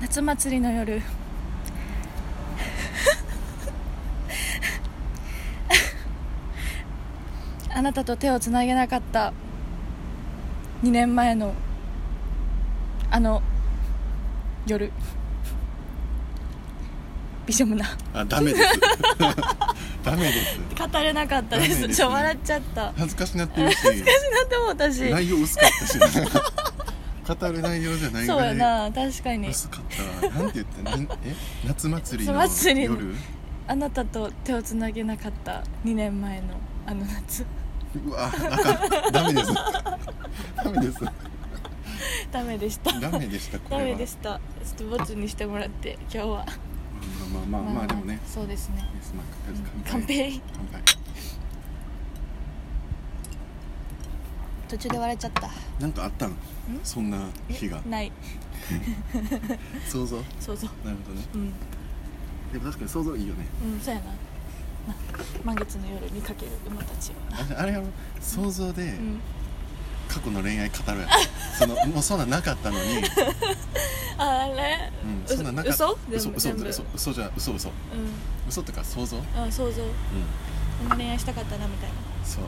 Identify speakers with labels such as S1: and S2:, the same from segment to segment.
S1: 夏祭りの夜あなたと手をつなげなかった2年前のあの夜びしょむな
S2: あダメです ダメです
S1: 語れなかったで
S2: ダメです
S1: す
S2: ね
S1: ちょ笑っちゃった
S2: 恥ずかしなってるし
S1: 私だっても私
S2: 内容薄かったし語る内容じゃないぐ
S1: そう
S2: ら
S1: や
S2: い
S1: な確かに
S2: 薄かったななんて言ってなんえ夏祭りの
S1: 夏祭りの
S2: 夜
S1: あなたと手をつなげなかった2年前のあの夏
S2: うわあかんダメですダメです
S1: ダメでした
S2: ダメでしたこれ
S1: ダ
S2: は
S1: メでしたちょっとボツにしてもらって今日は
S2: まあまあまあ、まあ、でもね
S1: そうですね
S2: イエスマーク
S1: 完璧
S2: 乾杯
S1: 途中で笑っちゃった
S2: なんかあったんそんな日が
S1: ない
S2: 想像
S1: そうそう
S2: なるほどね
S1: うん
S2: でも確かに想像いいよね
S1: うんそうやなな満月の夜にかける馬たちを
S2: あれあれは想像で
S1: うん
S2: 過去の恋愛語る やん、そのもうそんなんなかったのに、
S1: あれ
S2: うん、
S1: 嘘
S2: そんなんなかった
S1: 嘘
S2: 嘘嘘
S1: 全部
S2: 嘘嘘嘘じゃ嘘嘘
S1: う
S2: 嘘とか想像うん
S1: んあ想像こんな恋愛したかったなみたいな
S2: そう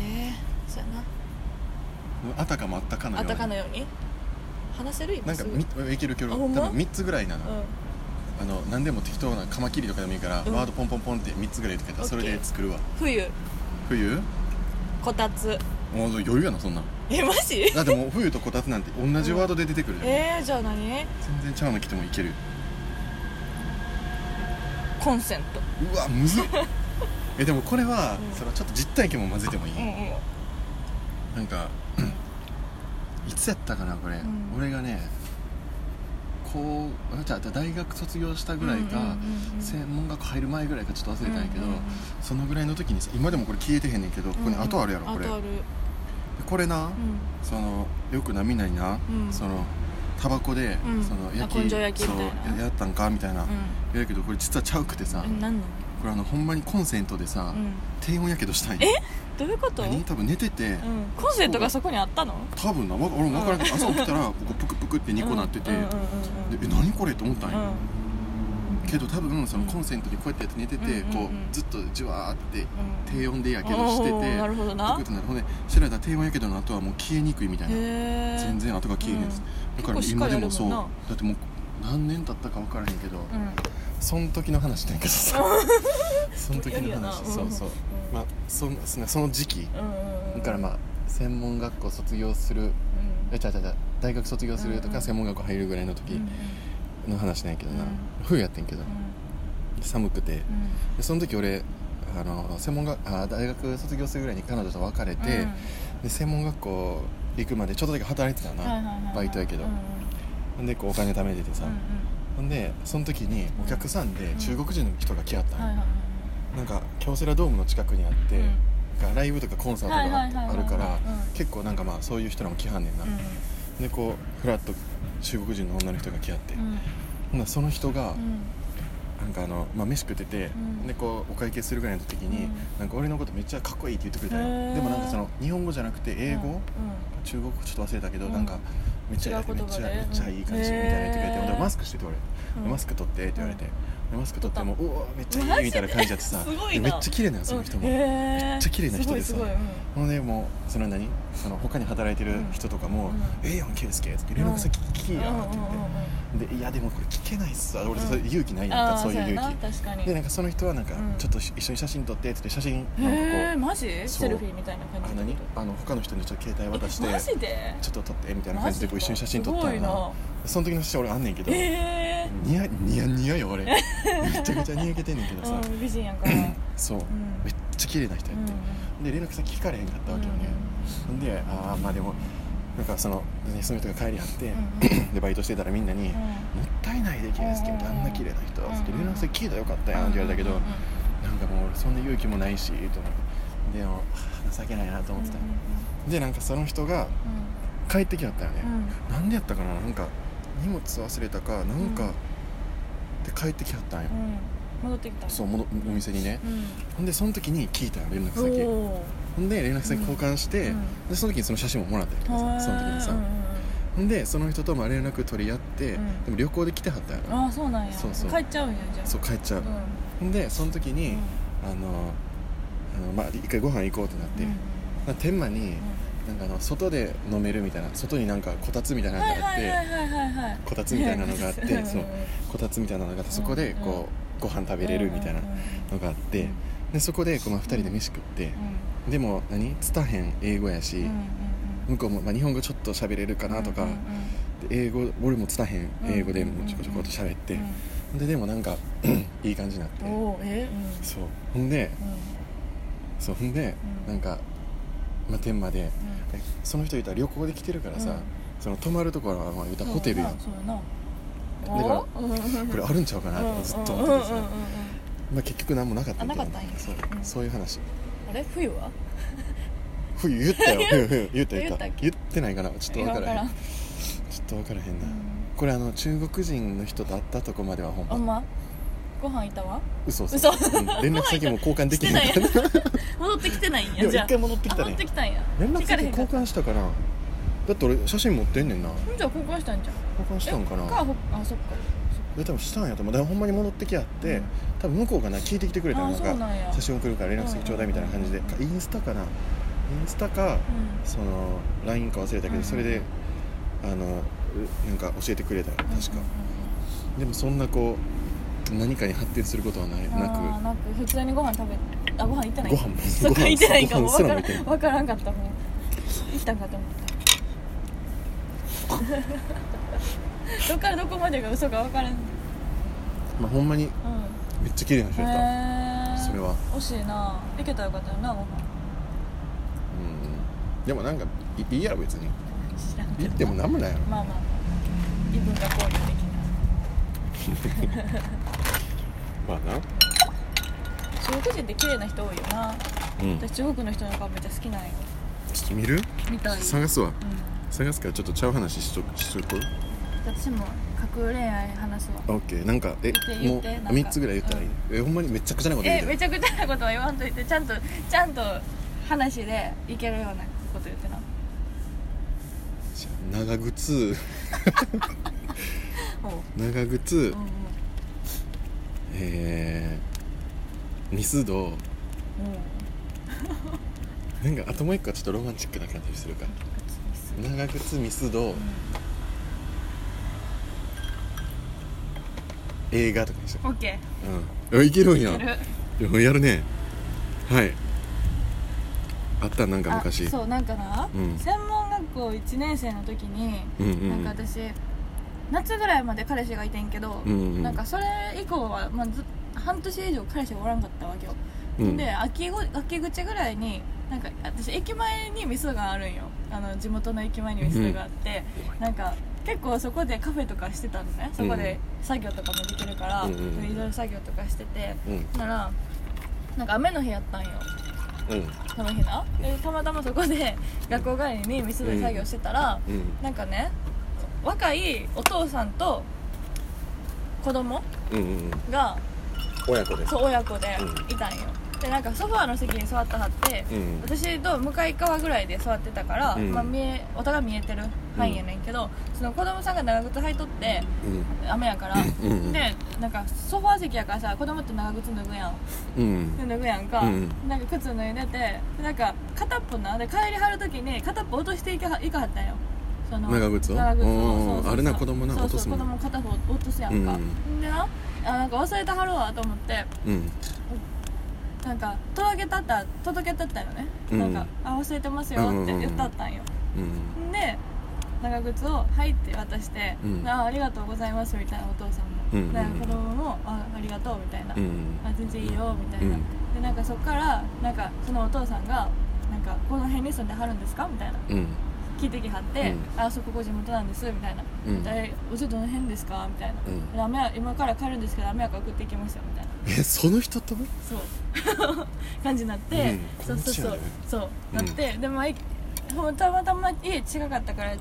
S1: ええそうやな
S2: あたかもあったかのよ
S1: あ
S2: う
S1: た
S2: に
S1: かのように話せる今
S2: なんか
S1: すぐ
S2: みいけるいける
S1: あ
S2: 多
S1: ほん
S2: 分
S1: ま
S2: 3つぐらいなの、
S1: うん
S2: あの何でも適当なカマキリとかでもいいから、
S1: うん
S2: ワードポンポンポンって3つぐらいとかやったらそれ
S1: オッケ
S2: で
S1: ー
S2: 作るわ
S1: 冬
S2: 冬
S1: こたつ
S2: もう余裕やなそんなん
S1: えマジ
S2: だってもう冬とこたつなんて同じワードで出てくるじゃん、
S1: えー、じゃあ何
S2: 全然ちゃうの来てもいける
S1: コンセント
S2: うわむ ずいえでもこれは、
S1: うん
S2: そのちょっと実体験も混ぜてもいい、
S1: うんうん
S2: なんかいつやったかなこれ、
S1: ん
S2: 俺がねこうあじゃあ大学卒業したぐらいか、
S1: うんうんうんうん
S2: 専門学校入る前ぐらいかちょっと忘れたんやけど、
S1: うんうんうん
S2: そのぐらいの時にさ今でもこれ消えてへんねんけどここに後あるやろ、これ
S1: 後ある
S2: でこれな、
S1: うん
S2: そのよくなみんなにな、
S1: うん
S2: そのタバコで、
S1: うん
S2: その
S1: あ
S2: 焼
S1: 根
S2: き
S1: 性焼きみたいな
S2: そうやったんかみたいな、やるけどこれ実はちゃうくてさ、
S1: うん何の
S2: これあのほんまにコンセントで
S1: う
S2: さ、
S1: ん
S2: 低温やけどしたんや
S1: えどういうこと
S2: 何多分寝てて、
S1: うん、コンセントがそこにあったの
S2: 多分なわ俺も分からんけど朝起きたらここプクプクって2個なってて、
S1: うんうんうんうん
S2: でえ何これって思ったん
S1: う
S2: や、
S1: ん
S2: けど多分そのコンセントでこうやってやって寝てて、
S1: うんうんうん
S2: こうずっとじわーって
S1: うん
S2: 低温でやけどしてて、
S1: おーなるほどな
S2: プクってなるほんで調べたら低温やけどの後はもう消えにくいみたいな、
S1: へえ
S2: 全然後が消えへんやつ、だからも
S1: 結構
S2: う
S1: しっか
S2: 今
S1: り
S2: で
S1: あるもん
S2: も
S1: な
S2: そうだってもう何年経ったか分からへんけど、
S1: うんうん
S2: その時の話なんやけどさ その時の話
S1: 無理やな
S2: そうそう、
S1: うん
S2: まあそんそんなその時期
S1: うんうん
S2: だからまあ専門学校卒業するえちゃうちゃうちゃう大学卒業すると
S1: うんう
S2: か
S1: ん
S2: 専門学校入るぐらいの
S1: うん
S2: 時
S1: うん
S2: の話なんやけどな、
S1: うん
S2: 冬やってんけど寒くてでその時俺あの専門学あ大学卒業するぐらいに彼女と別れ
S1: うん
S2: て、
S1: うん
S2: で専門学校行くまでちょっとだけ働いてたな、
S1: はいはいはいはい
S2: バイトやけど
S1: うんうん
S2: ほんでこうお金貯めててさ、ほんでその時にお客さんで中国人の人が来はっ
S1: う
S2: た
S1: んはい
S2: の、
S1: はいはい
S2: なんか京セラドームの近くにあって、
S1: うん
S2: なんかライブとかコンサート
S1: はいはいはい
S2: が
S1: はい
S2: あるから
S1: うん
S2: 結構なんかまあそういう人らも来はんねんな、でこうフラッと中国人の女の人が来はって、
S1: うん
S2: ほんならその人が、
S1: うん
S2: なんかあの、まあ、飯食ってて、
S1: うん
S2: でこうお会計するぐらいの時に、
S1: うん
S2: なんか俺のことめっちゃかっこいいって言ってくれたん
S1: へー
S2: よでもなんかその日本語じゃなくて英語、
S1: うん
S2: 中国語ちょっと忘れたけど、
S1: うん
S2: なんかめっち
S1: 違
S2: ゃ
S1: う言
S2: めっ
S1: 葉
S2: ちゃ
S1: で
S2: めっちゃい
S1: うん
S2: い感じみたいな言ってくれて、
S1: へー
S2: ほんでマスクしてて俺、
S1: うん
S2: マスク取ってって言われて、でマスク取ってもううわめっちゃ
S1: マ
S2: い
S1: ジ
S2: いみ
S1: で
S2: たいな感じやってさ
S1: すごい
S2: で
S1: な
S2: めっちゃ綺麗なよその人
S1: め
S2: も、めっちゃ綺麗な人でさ
S1: すごいすごいうん
S2: ほんでもうその何その他に働いてる人とかも
S1: うん
S2: 「ええやん圭介」って「連絡先聞きや」って言って。
S1: うんうんうんうん
S2: でいやでもこれ聞けないっすわ俺
S1: うん
S2: それ勇気ないやん
S1: あ
S2: か
S1: あ
S2: そういう
S1: やな
S2: 勇
S1: 確かに
S2: 気でなんかその人はなんか
S1: うん
S2: ちょっと一緒に写真撮ってって言って写真
S1: へ
S2: な
S1: え
S2: んかこ
S1: マジセルフィーみたいな
S2: う
S1: 感
S2: あ
S1: じ
S2: 何あの他の人にちょっと携帯渡して
S1: マジ
S2: ち
S1: で
S2: ょっと撮ってみたいな感じでこう一緒に写真撮った
S1: マジ
S2: ん
S1: かす
S2: な
S1: ご
S2: その時の写真俺あんねんけど
S1: いなえ
S2: ニヤニヤニヤよ俺めちゃくちゃにやけてんねんけど
S1: え
S2: さ
S1: うん美人やんからうん
S2: そう
S1: うん
S2: めっちゃ綺麗な人やってで連絡先聞かれへんかったわけよねほんでああまあでもなんかそのねその人が帰りはって
S1: うん
S2: でバイトしてたらみんなに
S1: うん
S2: もったいないで圭介ってあんな綺麗な人
S1: うん
S2: つって連絡先聞いたらよかったやんって言われたけ
S1: う
S2: ど
S1: んうん
S2: なんかもう俺そんな勇気もないしと思ってでもあ情けないなと思ってた
S1: うん
S2: でなんかその人が帰ってきはったよね
S1: うんうん
S2: なんでやったかななんか荷物忘れたかなん
S1: うん
S2: かで帰ってきはったんよ
S1: うん戻ってきた
S2: そううものお店にねほんでその時に聞いたよ連
S1: うん
S2: 絡先
S1: おー
S2: ほんで連絡先交換して
S1: うん
S2: でその時にその写真ももらったりとかさその時にさ
S1: うんうんうん
S2: でその人とまあ連絡取り合って、
S1: うん
S2: でも旅行で来てはったやろ
S1: ああそうなんや
S2: そうそう
S1: 帰っちゃうんやじゃあ
S2: そう帰っちゃう
S1: う、ん
S2: ん、でその時に、あのあの、まあ、一回ご飯行こうってなって、
S1: うん
S2: まあ、天満になんかあの外で飲めるみたいな外になんかこたつみたいなの
S1: はい
S2: があっ
S1: は
S2: て、
S1: いはいはいはいはい
S2: こたつみたいなのがあって
S1: うん
S2: そうこたつみたいなのがあってそこでこう、ご飯食べれるみたいな
S1: うんうん
S2: のがあって、でそこでこう、まあ、2人で飯食って、でも何つたへん英語やし、
S1: うんうん
S2: 向こうも、まあ、日本語ちょっと喋れるか
S1: うん
S2: なとか、
S1: うんうん
S2: で英語俺もつたへん
S1: うん
S2: 英語でもちょこちょこっと喋って、ででもな んかいい感じになって
S1: うんおおえうん
S2: そうほんで
S1: うん
S2: そうほんで、
S1: うん
S2: なんか、まあ、天まで
S1: うん
S2: でその人いたら旅行で来てるからさ、
S1: うん
S2: その泊まるところはまあ言うたらホテルやん、
S1: そうやな
S2: だから
S1: おー
S2: これあるんちゃうかなってずっと
S1: うん
S2: 思
S1: う
S2: っ
S1: ん
S2: て
S1: うんうん
S2: てさ、まあ、結局何もなかったけど
S1: あなかったんや
S2: そう
S1: うん
S2: そういう話
S1: あれ冬は
S2: 冬言ったよ冬冬言った
S1: 言
S2: 言った
S1: ったっけ
S2: 言ってないかなちょっと分からへ
S1: い
S2: ん
S1: やわ
S2: ちょっと分からへん
S1: う
S2: な、
S1: ん
S2: これあの中国人の人と会ったとこまではほん
S1: あん
S2: ま
S1: まご飯いたわ
S2: 嘘嘘
S1: 嘘
S2: うん連絡先も交換できへん
S1: して
S2: から
S1: 戻ってきてないん
S2: い
S1: や
S2: や
S1: じゃ
S2: 一
S1: あ
S2: 回戻ってきた
S1: あ戻
S2: ね
S1: ってきたんや
S2: 連絡
S1: 聞かれ
S2: 先
S1: へんか
S2: 交
S1: った
S2: 換したかなだって俺写真持ってんねんな
S1: じゃあ交換したんじゃん
S2: 交換したんかな
S1: えほあそっか
S2: で多分したんやと思うだからほんまに戻ってきやって、
S1: うん
S2: 多分向こうがな聞いてきてくれた
S1: あ
S2: の
S1: そう
S2: が
S1: なんや
S2: 写真送るから連絡先ちょうだいみたいな感じで、
S1: う
S2: インスタかなインスタか
S1: うん
S2: その LINE か忘れたけど、
S1: うん
S2: それであのうなんか教えてくれたよ確か、
S1: うん
S2: でもそんなこう何かに発展することはない
S1: うんうんあー
S2: な
S1: なく普通にご飯食べあご飯行って
S2: く
S1: ない
S2: ご飯も
S1: そっ
S2: ご
S1: か行ってないか
S2: ご
S1: も
S2: 飯す
S1: 分
S2: ら
S1: か
S2: も
S1: ら
S2: いてない
S1: ん分からんかったもん行ったんかと思ったどっからどこまでが嘘か分からんうん
S2: まあ、ほんまにめっちゃ綺麗な人やっ
S1: へ
S2: た
S1: ー
S2: それは
S1: 惜しいな行けたらよかったよなご飯
S2: たうんでもなんかいいいやろ別に
S1: 知らんけ
S2: 行っ
S1: ど
S2: てもなんもないやろ
S1: まあまあまあ異文化交流的な
S2: まあな
S1: 中国人って綺麗な人多いよな
S2: うんちょ
S1: 私中国の人の顔めっちゃ好きなんよ
S2: っと見る
S1: みたいうん
S2: 探すわ探すからちょっとちゃう話しとしとこう
S1: 私も架空恋愛話すわ
S2: OK なんかえ
S1: 言っ
S2: もう
S1: て言ってなんか
S2: 3つぐらい言ったらいい、えほんまにめちゃくちゃなこと言う
S1: え
S2: て
S1: めちゃくちゃなことは言わんといてちゃんとちゃんと話でいけるようなこと言ってな
S2: 長靴
S1: おう
S2: 長靴、
S1: うんう
S2: えー、ミスド
S1: んうん
S2: なんかあともう一個はちょっとロマンチックな感じにするか長靴ミスド、映画とかにしよ
S1: オッケ
S2: う、うん、あいけるん
S1: ー
S2: や
S1: いける
S2: いややるねはいあったなんか昔
S1: あそうなんかな、
S2: うん
S1: 専門学校1年生の時に、
S2: うんうん
S1: なんか私夏ぐらいまで彼氏がいてんけど、
S2: うんうん
S1: なんかそれ以降は、まあ、ず半年以上彼氏がおらんかったわけよ、
S2: うん
S1: で秋ご秋口ぐらいになんか私駅前に味噌があるんよあの地元の駅前に味噌があって、なんか結構そこでカフェとかしてたのねそこで作業とかもできるから、
S2: うんうん
S1: いろいろ作業とかしてて
S2: うん
S1: ならなんか雨の日やったんよ
S2: うん
S1: その日なでたまたまそこで学校帰りに味噌で作業してたら、
S2: うん
S1: なんかね若いお父さんと子供
S2: うんうんうん
S1: が
S2: 親子で
S1: そう親子で
S2: う
S1: いたんよ、でなんかソファーの席に座ってはって、
S2: うん
S1: 私と向かい側ぐらいで座ってたから、
S2: うん
S1: まあ、見えお互い見えてる範囲やねんけど、その子供さんが長靴履いとって
S2: うん
S1: 雨やから、
S2: うん
S1: でなんかソファー席やからさ子供って長靴脱ぐやん
S2: うん
S1: で脱ぐやんか、
S2: うん
S1: なんか靴脱いでてでなんか片っぽなで帰りはる時に片っぽ落としていかはいかはったんよその
S2: 長靴を
S1: 長靴を
S2: おー
S1: そうそうそう
S2: あれな子供な
S1: そう
S2: 落とす
S1: そう子
S2: も
S1: 供
S2: ん
S1: 片方落とすやんか、
S2: う
S1: でなあなんか忘れてはるわと思って
S2: うん
S1: なんか届けたった届けたったよね、
S2: うん
S1: なんかあ忘れてますよって言ったったんよ、
S2: うん
S1: で長靴を「はい」って渡して「
S2: うん
S1: あありがとうございます」みたいなお父さんも、
S2: うんうんうん
S1: なんか子供も「あありがとう」みたいな、
S2: うん
S1: あ全然いいよみたいな、
S2: うん
S1: でなんかそっからなんかそのお父さんが「なんかこの辺に住んではるんですか?」みたいな
S2: うん
S1: 聞いてきはって
S2: う
S1: 「あそここ地元なんです」みたいな「
S2: うん
S1: でおじどの辺ですか?」みたいな
S2: うん
S1: で雨や「今から帰るんですけど雨やから送っていきますよ」みたいな
S2: えその人と
S1: そう 感じになって、
S2: う
S1: そ
S2: ん
S1: うそうそう
S2: こんに
S1: そう
S2: うん
S1: なって、でもいほんたまたま家近かったから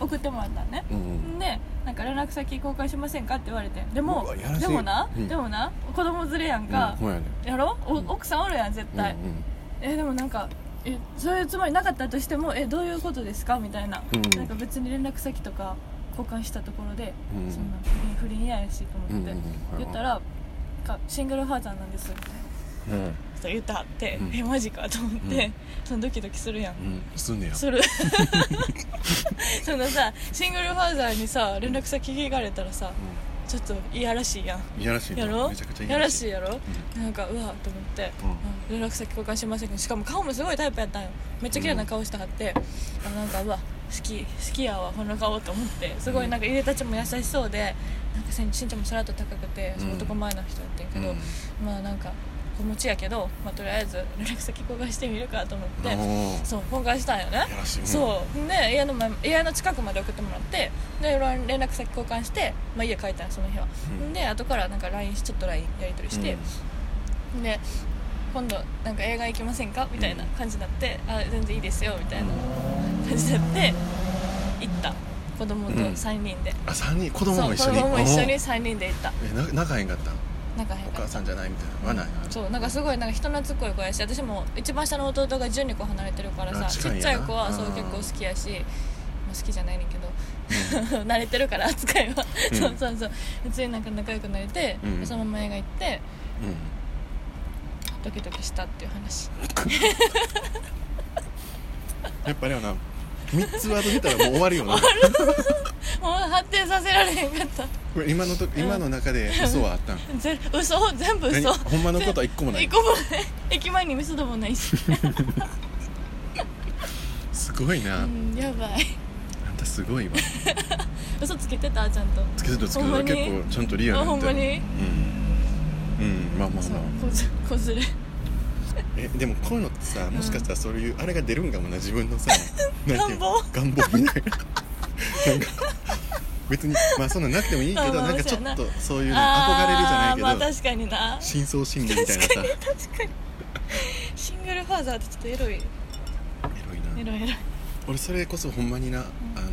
S1: 送ってもらったのね
S2: う、ん
S1: ん、でなんか連絡先交換しませんかって言われてでも
S2: うわやらしい
S1: でもな、
S2: うん
S1: でもな子供連れやんか
S2: うん、ほんやね
S1: やろお
S2: うん
S1: 奥さんおるやん絶対、
S2: うん
S1: えでもなんかえそういうつもりなかったとしてもえどういうことですかみたいな,、
S2: うん
S1: なんか別に連絡先とか交換したところで、
S2: うん
S1: そんな不倫嫌やしと思って、
S2: うんうんうん
S1: 言ったらか「シングルファーザーなんです」みたいな
S2: うん
S1: こと言ったって、
S2: うん
S1: えマジかと思って、
S2: うん
S1: そのドキドキするやん、
S2: うんすんねや
S1: する そのさシングルファーザーにさ連絡先聞かれたらさちょっといやらしいやん
S2: うんいやらしいな
S1: やろ
S2: めちゃくちゃい
S1: や
S2: や
S1: ら
S2: ら
S1: し
S2: し
S1: い
S2: い
S1: やろ、なんかうわと思って、
S2: うん
S1: あ連絡先交換しませんけどしかも顔もすごいタイプやったんよめっちゃ綺麗な顔してはって、あなんかうわ好き好きやわこの顔と思ってすごいなんかいでたちも優しそうでなんか身長もさらっと高くて
S2: うん
S1: 男前な人やってんけど、
S2: うん
S1: まあなんか子持ちやけど、まあ、とりあえず連絡先交換してみるかと思って、
S2: おー
S1: そう交換したんよね
S2: やらしい
S1: そうで家の前家の近くまで送ってもらってで連絡先交換して、まあ、家帰ったんよその日は、
S2: うん
S1: で後からなんか LINE しちょっと LINE やり取りして、
S2: うん
S1: で今度なんか映画行きませんかみたいな感じになって、あ全然いいですよみたいな感じになって行った子供と
S2: うん
S1: 3人で、
S2: あ三人子供
S1: そう
S2: も
S1: 子
S2: 一緒に
S1: 供も一緒に
S2: おー
S1: 3人で行った
S2: えな仲へんかった
S1: 仲
S2: お
S1: 変
S2: 母
S1: か
S2: さんじゃないみたいなのはない
S1: そうなんかすごいなんか人懐っこい子やし私も一番下の弟が12個離れてるからさ
S2: あ
S1: ち
S2: 近い
S1: っ
S2: んやな
S1: ちゃい子はそう
S2: うん
S1: 結構好きやし、 まあ、好きじゃないねんけど慣れてるから扱いは、
S2: うん
S1: そうそうそう普通になんか仲良くなれて、
S2: うん
S1: そのまま映画行って
S2: う
S1: ドキドキしたっていう話
S2: んやっぱりよな三つワード出たらもう終わるよな
S1: もう発展させられへんかった
S2: これ今のと今の中で嘘はあったん
S1: ぜ嘘全部嘘
S2: 何ほんまのことは一個もない
S1: 一個もない駅前にミスドもないし、
S2: すごいうなあ
S1: ん、やばい
S2: んたすごいわ
S1: 嘘つけてたちゃんと
S2: つけてたつけて
S1: ほんま
S2: た
S1: に
S2: 結構ちゃんとリアルやった
S1: あほんまに
S2: うんうんまあまあ
S1: そう
S2: まあ
S1: こずれ
S2: えでもこういうのってさもしかしたらそういうあれが出るんかもな自分 のさなんていうの願望みたいななんか別にまあそんなんなくてもいいけ
S1: まあ
S2: ど
S1: まあ
S2: なんかちょっ
S1: そ
S2: と
S1: う
S2: そういうの憧れるじゃな
S1: あ
S2: い
S1: ー
S2: け
S1: まあ
S2: ど
S1: 確かにな
S2: 深層心理みたいなさエ
S1: 確かにシングルファーザーってちょっとエロい
S2: ロいな
S1: エロいエロい
S2: 俺それこそほんまにな、あのあの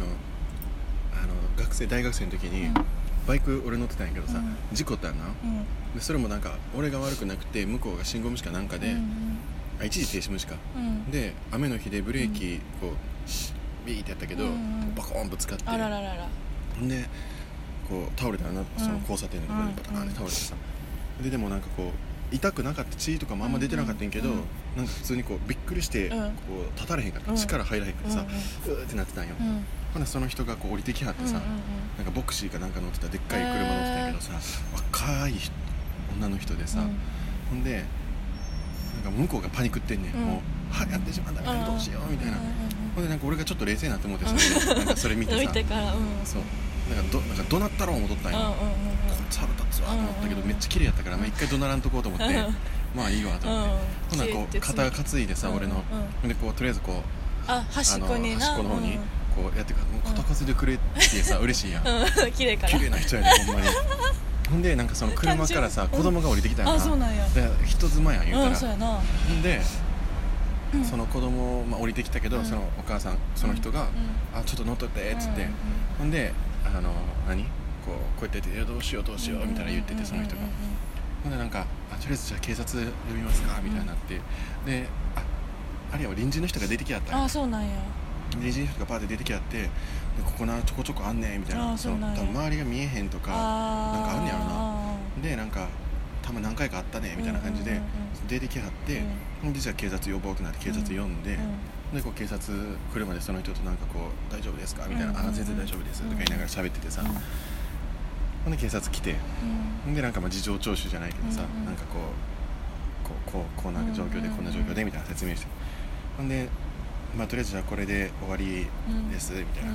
S2: 学生大学生の時に、
S1: うん
S2: バイク俺乗ってたんやけど
S1: う
S2: さ、
S1: ん
S2: 事故ったんやな
S1: うん
S2: でそれもなんか俺が悪くなくて向こうが信号無視かなんかで、
S1: うん
S2: あ一時停止無視か
S1: うん
S2: で雨の日でブレーキこうビーってやったけど、
S1: うんうん
S2: バコーンぶつかって
S1: あらららら
S2: んでこう倒れたよなその交差点のとこ
S1: う
S2: ろ
S1: ん
S2: でバターンって倒れてさ、ででもなんかこう痛くなかった血とかもあんま出てなかったんやけど、
S1: うんうん
S2: なんか普通にこうびっくりして、
S1: うん
S2: こう立たれへんかった、
S1: うん
S2: 力入らへんからさ、
S1: う
S2: うーってなってたんよ、
S1: うんうん
S2: ほんでその人がこう降りてきはって
S1: うん
S2: さ、
S1: う
S2: なんかボクシーかなんか乗ってたでっかい車乗ってたんやけどさ、若い人女の人でさ、
S1: ん
S2: ほんでなんか向こうがパニックってんねん、
S1: うん
S2: もう「はやってしまったみたいなどうしよう」みたい
S1: うん
S2: な、
S1: うん
S2: ほんでなんか俺がちょっと冷静になって思ってさ、なんかそれ見て
S1: うん
S2: さ
S1: 見てからうん
S2: そうなんかどなんかどなったろう思っとったん
S1: うん
S2: よ、
S1: うん
S2: こいつ腹立つわと思ったけ
S1: うん
S2: ど、
S1: うん
S2: めっちゃ綺麗やったから、まあ、一回どならんとこうと思って、
S1: うん
S2: まあいいわと思って、
S1: うん
S2: ほんならこう肩が担いでさ、
S1: うん
S2: 俺の、
S1: うん
S2: ほんでこうとりあえずこう
S1: あ端っこにな
S2: あの端っこの方に
S1: うん
S2: こうやってくもう肩担いでくれってさ、嬉しいやん、
S1: うん綺麗から
S2: 綺麗な人やでほんまにほんでなんかその車からさ
S1: 単純
S2: 子供が降りてきたんや
S1: あそうなんや
S2: で人妻やん言う
S1: う
S2: た
S1: ん
S2: ら、
S1: そうやな
S2: ほんで、
S1: うん
S2: その子供、まあ、降りてきたけど、
S1: うん
S2: そのお母さんその人が「あちょっと乗っとって」っつって、
S1: うんうん
S2: ほんであの何こうこうやってやっていや「どうしようどうしよう」みたいな言っててその人が、ほんでなんかあ「とりあえずじゃあ警察呼びますか」みたいになって、でああれやわ隣人の人が出てきやったんよ
S1: あそうなんや
S2: 隣人の人がパーって出てきやってでここなちょこちょこあんねんみたい
S1: あ
S2: な
S1: ーそうなんや
S2: の多分周りが見えへんとかなんかあんねやろな
S1: あ
S2: でなんかたま何回かあったねみたいな感じで、
S1: うんうん
S2: 出てきはって、
S1: うん
S2: ほんでじゃあ警察呼ぼうってなって警察呼んで、でこう警察来るまでその人となんかこう「大丈夫ですか?」みたい
S1: う
S2: な「
S1: んうんうん
S2: あ全然大丈夫です」とか言いながら喋っててさ、
S1: うん
S2: ほんで警察来て
S1: うん
S2: ほんでなんかまあ事情聴取じゃないけどさ、
S1: うんうん
S2: なんかこうこうこうこうな状況で
S1: うんうんうん
S2: こんな状況でみたいな説明してほんで、まあ、とりあえずじゃあこれで終わりですみたいな、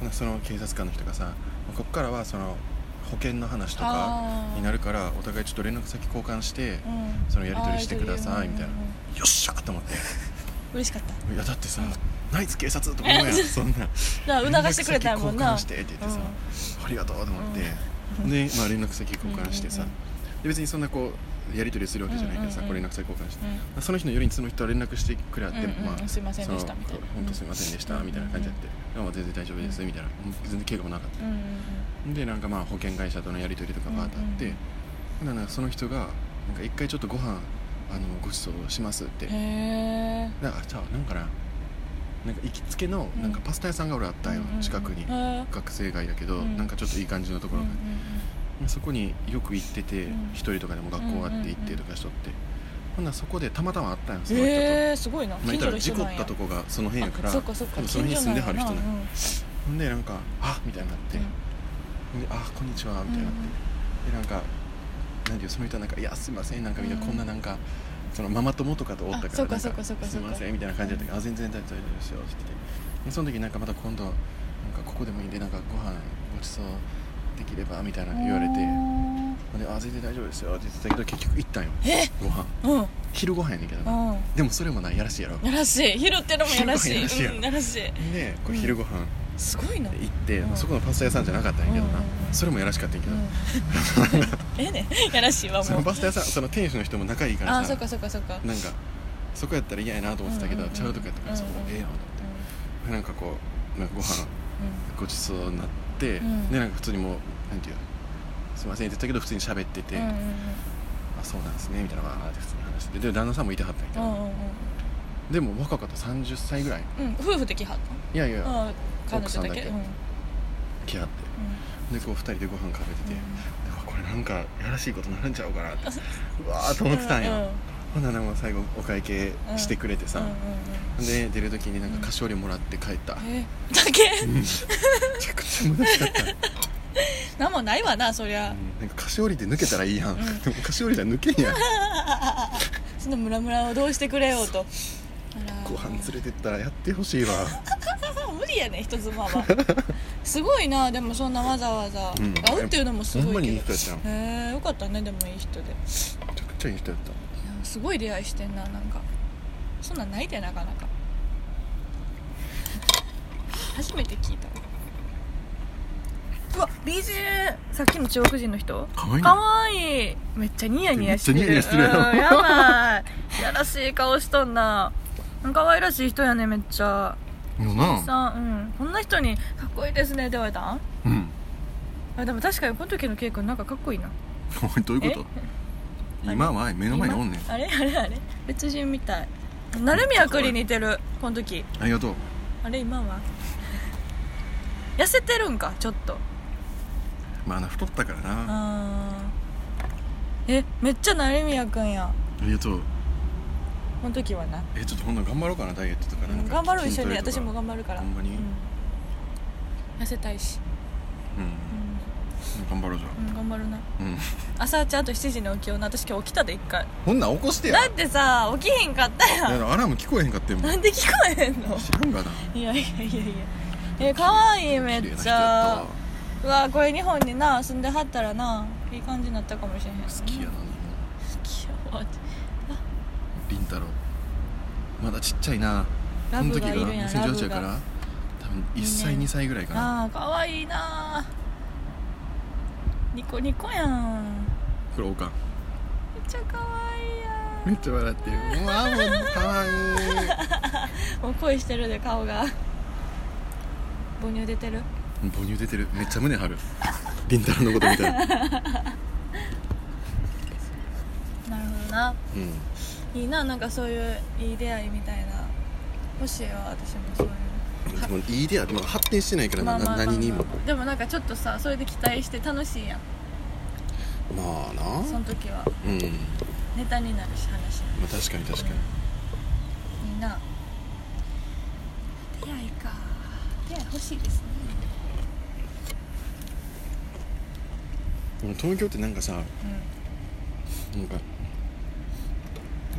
S2: ほなその警察官の人がさまあこっからはその保険の話とか
S1: あー
S2: になるからお互いちょっと連絡先交換して、
S1: うん
S2: そのやり取りしてくださいみたいな
S1: うんうんうん
S2: よっしゃーと思って
S1: 嬉しかった
S2: いやだってさナイツ警察とか 思うやんそんな
S1: だから促してくれたもん
S2: 連絡
S1: な
S2: 先交換してって言ってさ、ありがとうと思って、で、まあ、連絡先交換してさ、
S1: うんうん
S2: で別にそんなこうやり取りするわけじゃないけどさ、
S1: うんうんうん
S2: こう連絡先交換して、
S1: うん
S2: まあその日の夜にその人は連絡してくれあって、
S1: うんうんうん
S2: まあ
S1: すいませんでした
S2: その
S1: みたいな
S2: 本当すいませんでした、
S1: うん
S2: みたいな感じやって、まあ全然大丈夫です、
S1: うん
S2: みたいな全然怪我もなかっ
S1: うんうんうん
S2: たでなんかまあ保険会社とのやり取りとかがあって、
S1: うんうん
S2: ほんならなんかその人がなんか一回ちょっとご飯あのご馳走しますって
S1: へえ
S2: なんかじゃあなんかななんか行きつけのなんかパスタ屋さんが俺あったよ、近くに、
S1: うんうんうんへ
S2: 学生街だけど、
S1: うん
S2: なんかちょっといい感じのとこ
S1: ー
S2: ろが、そこによく行ってて
S1: うん
S2: 一、人とかでも学校終わって行ってとかしとって、ほんならそこでたまたまあったんです
S1: うんうん
S2: よ、
S1: へえすごいな
S2: まあ、言ったら
S1: の人
S2: 事故
S1: なんや
S2: ったとこがその辺やから
S1: あそっかそっか
S2: 多分その辺に住んではる人な
S1: 近所
S2: ん
S1: なんやな
S2: やほんでなんか「あみたいになって、
S1: うん
S2: ほんで「あこんにちは」みたいになって、でなんかなんていうその人はなんか「いやすいません」なんかみんな
S1: うん
S2: こんななんか、そのママ友とかとおったから
S1: あそうか
S2: なん
S1: そうかそうか
S2: すいま
S1: そう
S2: せ
S1: か
S2: ん」みたいな感じだったけど「あ全然大丈夫ですよ」って言ってでその時なんかまた今度なんかここでもいいんでなんかご飯ごちそうできればみたいな
S1: うん
S2: 言われてほんで「あ全然大丈夫ですよ」って言ってたけど結局行ったんよ
S1: え
S2: ご飯
S1: うん
S2: 昼ご飯やねんけどな
S1: うん
S2: でもそれもないやらしいやろ
S1: やらしい拾ってるもんやらし
S2: 拾うのやらしい
S1: い
S2: やろ
S1: うんやらしい
S2: でこれ昼ご飯
S1: すごいな
S2: 行って、
S1: うん
S2: そこのパスタ屋さんじゃなかったんやけどな、
S1: うん
S2: それもやらしかったんやけど、
S1: うんええねんやらしいわ
S2: そ
S1: も
S2: の
S1: う
S2: パスタ屋さんその店主の人も仲いいからさ
S1: あそっかそっかそっか
S2: なんかそこやったら嫌やなと思ってたけど、
S1: うんうんうん
S2: ちゃうとこやったからそこもええやんと思って、なんかこうなんかご飯ごちそうになって、
S1: うん
S2: でなんか普通にもうなんていうのすいませんって言ったけど普通に喋ってて、
S1: うんうん
S2: あそうなんですねみたいなわーって普通に話してで旦那さんもいてはったんやけ
S1: う
S2: ど、
S1: んうんうんうん
S2: でも若かった30歳ぐらい
S1: うんうん夫婦で来はっ
S2: いやい
S1: た
S2: や
S1: のあ彼女だけ
S2: 奥さんだけ
S1: うんうん
S2: 来はってでこう2人でご飯食べてて、うわこれなんかやらしいことなるんちゃうかなってうわーと思ってたんよ、
S1: うんうん
S2: ほんならもう最後お会計してくれてさ、
S1: うんうん
S2: で出る時になんか菓子折りもらって帰った、
S1: うんえだけ
S2: めちゃくちゃ無駄だった、
S1: 何もないわなそりゃ
S2: なんか菓子折りで抜けたらいいやん、
S1: ん
S2: でも菓子折りじゃ抜けんやん
S1: そのムラムラをどうしてくれようと
S2: ご飯
S1: る
S2: 連れてったらやってほしいわ
S1: 無理やね人妻はすごいなでもそんなわざわざ
S2: うん
S1: 会うっていうのもす
S2: ほん
S1: ご
S2: ま
S1: い
S2: にいい
S1: けど
S2: 人やったんめ
S1: へえよかったねでもいい人でいや
S2: ちゃくちゃいい人やった
S1: すごい出会いしてんななんかそんなんないでなかなか初めて聞いたわうわ BGM さっきの中国人の人
S2: かわいい
S1: か
S2: な
S1: わいいめっちゃニヤニヤしてる
S2: めっちゃニヤニヤしてるやろ
S1: うんやばいやらしい顔しとんな可愛らしい人やねめっちゃ
S2: よな
S1: さうんこんな人に「かっこいいですね」って言われたん
S2: うん
S1: あでも確かにこの時のケイ君なんかかっこいいな
S2: お いどういうこと
S1: え
S2: 今は目の前におんねん
S1: あれあれあれ別人みたい成宮栗似てるこの時
S2: ありがとう
S1: あれ今は 痩せてるんかちょっと
S2: まあな太ったからなあ
S1: あーえめっちゃ成宮君や
S2: りがとう
S1: この時はな
S2: えちょっとほんなら頑張ろうかなダイエットとかなんか
S1: 頑張ろう一緒に
S2: 筋トレと
S1: 私
S2: か
S1: も頑張るから
S2: ほんまに
S1: うん痩せたいし、
S2: うん
S1: う
S2: 頑張ろうじゃ
S1: んうん、頑張るな
S2: あうん
S1: 朝ちゃんと7時に起きような私今日起きたで一回
S2: ほんなら起こしてや
S1: だってさ起きへんかった
S2: だか
S1: やん
S2: らアラーム聞こえへんかってんもん
S1: なんで聞こえへん の
S2: 知らんがない
S1: やいやいやいやえ可愛いめっ
S2: 綺麗な人
S1: ち
S2: やった
S1: ゃ
S2: わ
S1: うわこれ日本にな住んではったらないい感じになったかもしれへん
S2: 好きやな
S1: 好
S2: 日本
S1: きやわ
S2: 凛太郎まだちっちゃいな
S1: ラブがいる
S2: こ
S1: やん
S2: の時が
S1: ラブが
S2: 2018やから多分1歳
S1: いいね
S2: 2歳ぐらいかな
S1: ああ可愛いなニコニコやん
S2: これおかん
S1: めっちゃ可愛いや
S2: めっちゃ笑ってるうわもうかわい
S1: んもう恋してるで顔が母乳出てる
S2: い母乳出てるめっちゃ胸張る凛太郎のことみたいな
S1: なるほどな
S2: うん
S1: いいななんかそういういい出会いみたいな欲しいわ私もそういう
S2: でもいい出会いでも発展してないから
S1: まあ
S2: な
S1: まあまあまあ
S2: 何にも
S1: でもなんかちょっとさそれで期待して楽しいやん
S2: まあな
S1: その時は
S2: うんま
S1: ネタになるし話
S2: あ確かに確かに
S1: いいな出会いか出会い欲しいですね
S2: でも東京ってなんかさ
S1: う
S2: なんか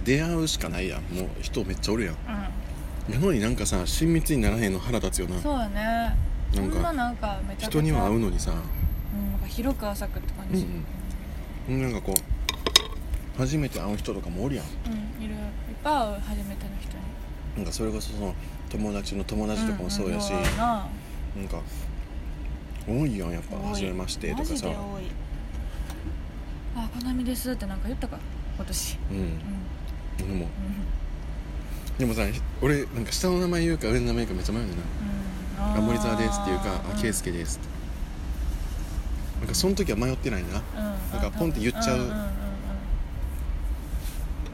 S2: 出会うしかないやんもう人めっちゃおるやん
S1: ん、
S2: なのになんかさ親密にならへんの腹立つよな
S1: そうやねそ
S2: なん
S1: んな
S2: か
S1: なんかめちゃくちゃ
S2: 人には会う
S1: うん
S2: のにさ
S1: なんか広く浅くって感じ
S2: うんなんかこう初めて会う人とかもおるやん
S1: うんいるいっぱい会う初めての人に
S2: なんかそれこそその友達の友達とかもそうやし、
S1: んんな
S2: なんか多いやんやっぱ
S1: 多い
S2: 初めましてとか
S1: マジ
S2: さ
S1: で多いあ「こなみです」ってなんか言ったか今年
S2: うん
S1: うん
S2: でも
S1: うん
S2: でもさ俺なんか下の名前言うか上の名前言うかめっちゃ迷うねんな
S1: うん
S2: 「あ
S1: あー
S2: 森沢です」っていうか「あ圭介です」ってなんかその時は迷ってないな
S1: うん
S2: なんかポンって言っちゃう
S1: うんうんうんうん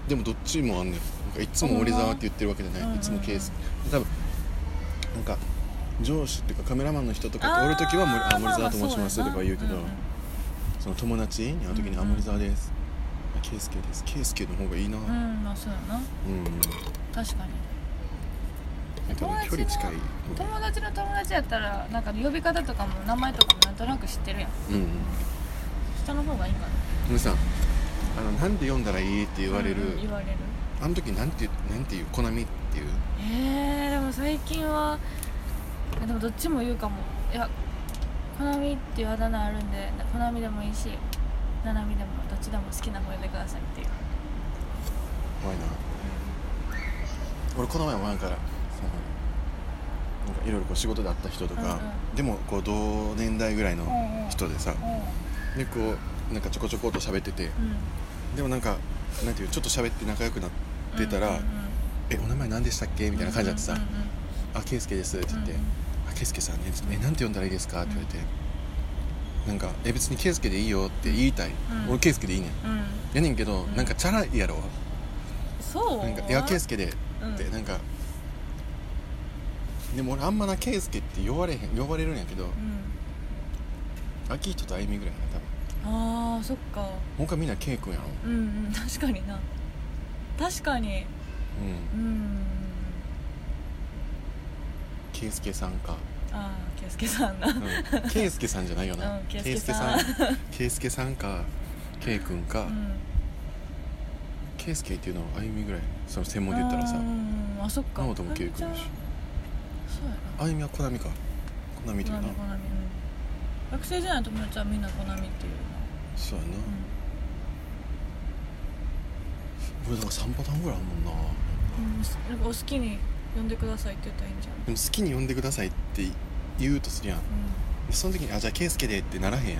S2: でもどっちもあんねんなんかいつも俺沢って言ってるわけじゃない、
S1: うんうん
S2: いつもケース多分なんか上司っていうかカメラマンの人とかとおる時は森あ森沢と申します」とか言うけど、その友達に会う時に「あ
S1: うんうん
S2: 森沢です」あ「圭介です」「圭介の方がいいな」
S1: うん、うんまあそうやな
S2: うん
S1: 確かに
S2: なんかね距離近いうん
S1: 友達の友達やったらなんか呼び方とかも名前とかもなんとなく知ってるやん
S2: うんうん
S1: 下の方がいいかな
S2: 皆さんあのなんで読んだらいいって言われる、
S1: うん言われる
S2: あの時なんて言うなんていうコナミっていう
S1: えー、でも最近はえでもどっちも言うかもいやコナミっていうあだ名あるんでコナミでもいいしナナミでもどっちでも好きな方呼んでくださいっていう
S2: 怖いな俺この前前からそのなんかいろいろこう仕事で会った人とか、
S1: うん
S2: でもこう同年代ぐらいの
S1: うんうん
S2: 人でさ、でこうなんかちょこちょこっと喋ってて
S1: うん
S2: でもなんかなんていうちょっと喋って仲良くなってたら「
S1: うんうんうん
S2: えお名前何でしたっけ?」みたいな感じだってさ「
S1: うんうん
S2: あ圭介です」って言って「
S1: うん
S2: あ圭介さんね」ってえなんて呼んだらいいですか?」って言われて、なんか「え別に圭介でいいよ」って言いたい、
S1: うん
S2: 俺圭介でいいねん
S1: うんうん
S2: やねんけど、なんかチャラいやろ
S1: そう
S2: なんか「いや圭介で」って、
S1: うん
S2: なんかでも俺あんまな圭介って呼ばれへん呼ばれるんやけど、
S1: うん
S2: 秋人とあゆみぐらいやな多分
S1: あーそっか
S2: 他みんな圭君やろ
S1: うんうん確かにな確かに
S2: うん
S1: うん
S2: 圭介さんか
S1: ああ圭介さんな
S2: うん圭介さんじゃないよな
S1: うん圭介さん
S2: 圭介 さん圭介さんか圭君か
S1: うん
S2: 圭介っていうのはあゆみぐらいその専門で言ったらさ
S1: うんあそっか
S2: 直人も圭君だし
S1: そうやな
S2: あゆみはコナミかコナミって
S1: コ
S2: いう
S1: ナ
S2: な
S1: ミコナミうん学生時代の友達はみんなコナミっていう
S2: そうやな、
S1: な
S2: 俺なんか3パターンぐらいあるもんな
S1: うん、うん、なんかお好きに呼んでくださいって言ったらいいんじゃん
S2: でも好きに呼んでくださいって言うとするやんでその時に「あじゃあ圭介で」ってならへんやん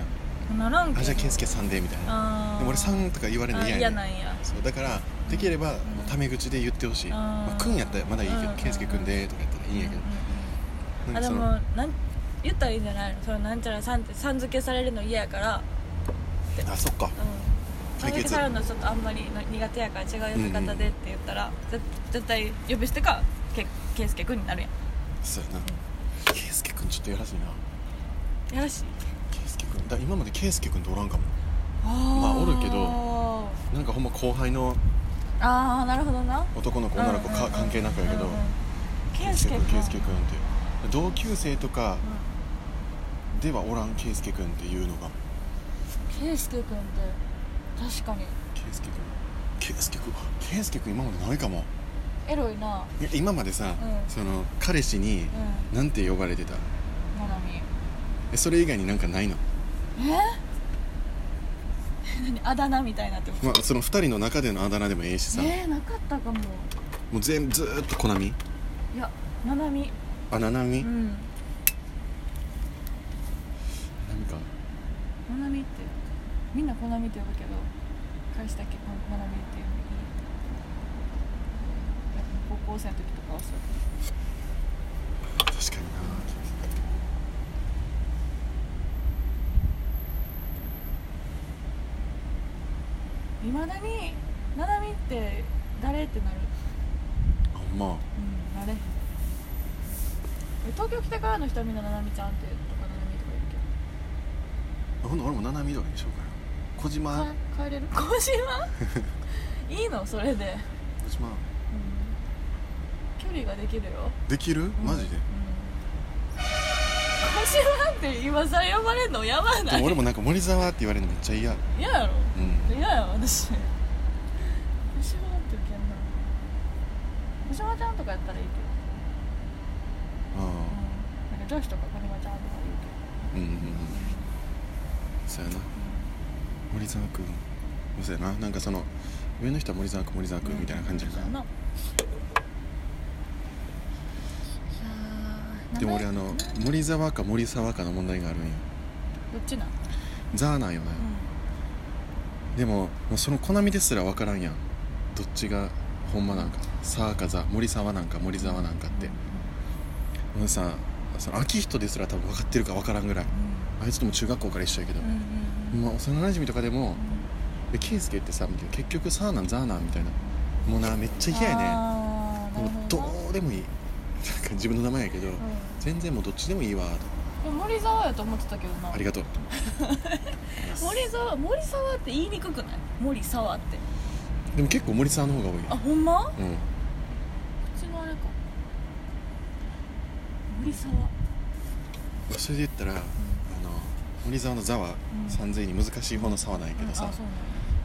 S1: うんならん
S2: 「
S1: けど
S2: あじゃあ圭介さんで」みたいな
S1: あー
S2: でも俺「さん」とか言われるの
S1: あ
S2: 嫌
S1: 嫌
S2: やねん
S1: なんや
S2: そうだからできればもうタメ口で言ってほしい「
S1: あー
S2: まあ、くん」やったらまだいいけ
S1: うんう
S2: ど
S1: ん
S2: 「圭介くんで」とかやったらいいんやけど
S1: うんうん
S2: な
S1: あ
S2: んか
S1: でも
S2: その
S1: なん言ったらいいんじゃないのそのなんちゃらさんってさん付けされるの嫌やから
S2: あそっか
S1: うんさん付け
S2: 解決
S1: されるのちょっとあんまり苦手やから違う呼び方でって言ったら、ぜ絶対呼び捨てかけけいすけくんになるやん
S2: そうやな圭介くんちょっとやらしいな
S1: やらしい
S2: 圭介くんだ今まで圭介くんっておらんかも
S1: ま
S2: あおるけどなんかほんま後輩の
S1: ああなるほどな
S2: 男の子女の子か、関係なくやけど
S1: 圭介
S2: 圭介くん圭介くんって同級生とか
S1: う
S2: ではおらん圭介くんっていうのが
S1: ん圭介くんって確かに
S2: 圭介くん圭介くん圭介くん今までないかも
S1: エロいな
S2: え今までさ、
S1: うん
S2: その彼氏に
S1: うん
S2: なんて呼ばれてた
S1: ななみ
S2: えそれ以外になんかないの
S1: え 何あだ名みたいなってこと
S2: まあ、その2人の中でのあだ名でもええしさ、
S1: えー、なかったかも
S2: もう全部ずーっとコナミ
S1: いやななみ
S2: あななみ、
S1: う
S2: なん
S1: ん
S2: か
S1: ななみってみんなこなみって呼ぶけど返したっけこななみっていうの高校生の時とかはそう
S2: 確かにな
S1: いまだにななみって誰ってなる
S2: あんま
S1: うんなれへん東京来てからの人はみんなななみちゃんってとかななみとか言うけど
S2: ほんなら俺もななみとかにしようかな小島
S1: か帰れる 小島いいのそれで、
S2: 小島
S1: うん、距離ができるよ
S2: できるマジで、
S1: 小島って今さ呼ばれるのやば
S2: で
S1: ない
S2: も俺もなんか森沢って言われるのめっちゃ嫌うん
S1: 嫌やろ嫌や私小島って受けんな小島ちゃんとかやったらいいけど、う
S2: あ
S1: ん、なんか女子とか小島ちゃんとか言うけ
S2: あうんうんうんそうやな森沢君そうやななんかその上の人は森沢君森沢
S1: ど、
S2: 君みたいな感じや
S1: そうや
S2: な、
S1: ないやー
S2: でも俺
S1: 名
S2: あ
S1: 前
S2: の森沢か森沢かの問題があるんよ
S1: どっちなん、
S2: ザーなんよな、でももうその好みですら分からんやんどっちがほんまなんか「さあかざ」「森沢」なんか「森沢」なんかって俺さその秋人ですら多分分かってるか分からんぐらいあいつとも中学校から一緒やけど、
S1: うんうんうんうんうんうん
S2: まあ、幼なじみとかでも「え圭介ってさ」みたいな結局「さあなんザーなん」みたいなもうなめっちゃ嫌やね
S1: あーな
S2: も
S1: る
S2: う
S1: ほ
S2: ど
S1: どな
S2: うでもいいなんか自分の名前やけど、全然もうどっちでもいいわ
S1: うん、でも森沢やと思ってたけどな
S2: ありがとう
S1: 森沢森沢って言いにくくない森沢って
S2: でも結構森さんの方が多い
S1: あほんまこ
S2: うん
S1: っちのあれか森沢
S2: それで言ったら、あの森沢の「ざ」は
S1: うん
S2: 3000に難しい方の「沢なんやけど
S1: あそうな、
S2: さ
S1: んや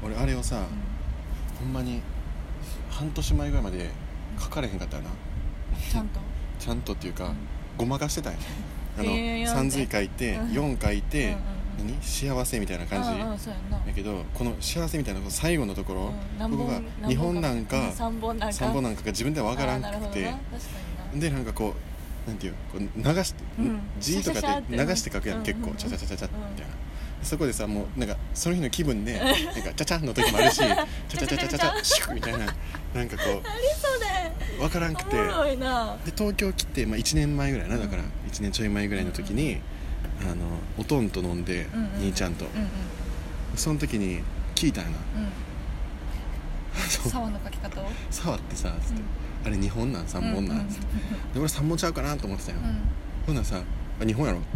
S2: 俺あれをさ、
S1: う
S2: ほんまに半年前ぐらいまで書かれへんかったよなん
S1: ちゃんと
S2: ちゃんとっていうか、
S1: うん
S2: ごまかしてたんやあの
S1: えー
S2: 3髄書いて
S1: うん
S2: 4書いて、
S1: うん
S2: 何幸せみたいな感じ、
S1: うんうんそうやんな
S2: だけどこの幸せみたいなこの最後のところ、
S1: うん
S2: ここが
S1: 何
S2: 日本なんか
S1: 3本なんか
S2: 3本なんかが自分では分からん
S1: あーなる
S2: く
S1: ほど
S2: て
S1: な確かにな
S2: でなんかこうなんていうこう流して、
S1: うん
S2: 字と
S1: シャシャシャ
S2: か
S1: っ
S2: ってて流して書くやん、
S1: うん
S2: 結
S1: うん
S2: 構
S1: うん
S2: チャチャチャチャチャみ
S1: うん
S2: たいな、そこでさもうなんかその日の気 分でなんかチャチャンの時もあるしチャチャチャチャチャチャシュッみたいななんかこ
S1: 何そう
S2: 分からんくて
S1: れおもろいな
S2: で東京来て、まあ、1年前ぐらいなだから
S1: うん
S2: 1年ちょい前ぐらいの時に、あのおとんと飲んで、
S1: うんうん
S2: 兄ちゃんと、
S1: うん うん
S2: その時に聞いたよな
S1: うん沢の書き方を
S2: 「沢ってさ」つって、
S1: うん
S2: あれ日本なん3本なん」つって、で俺3本ちゃうかなと思ってたよ、
S1: うんうんうん
S2: ほんならさ「あ日本やろ」って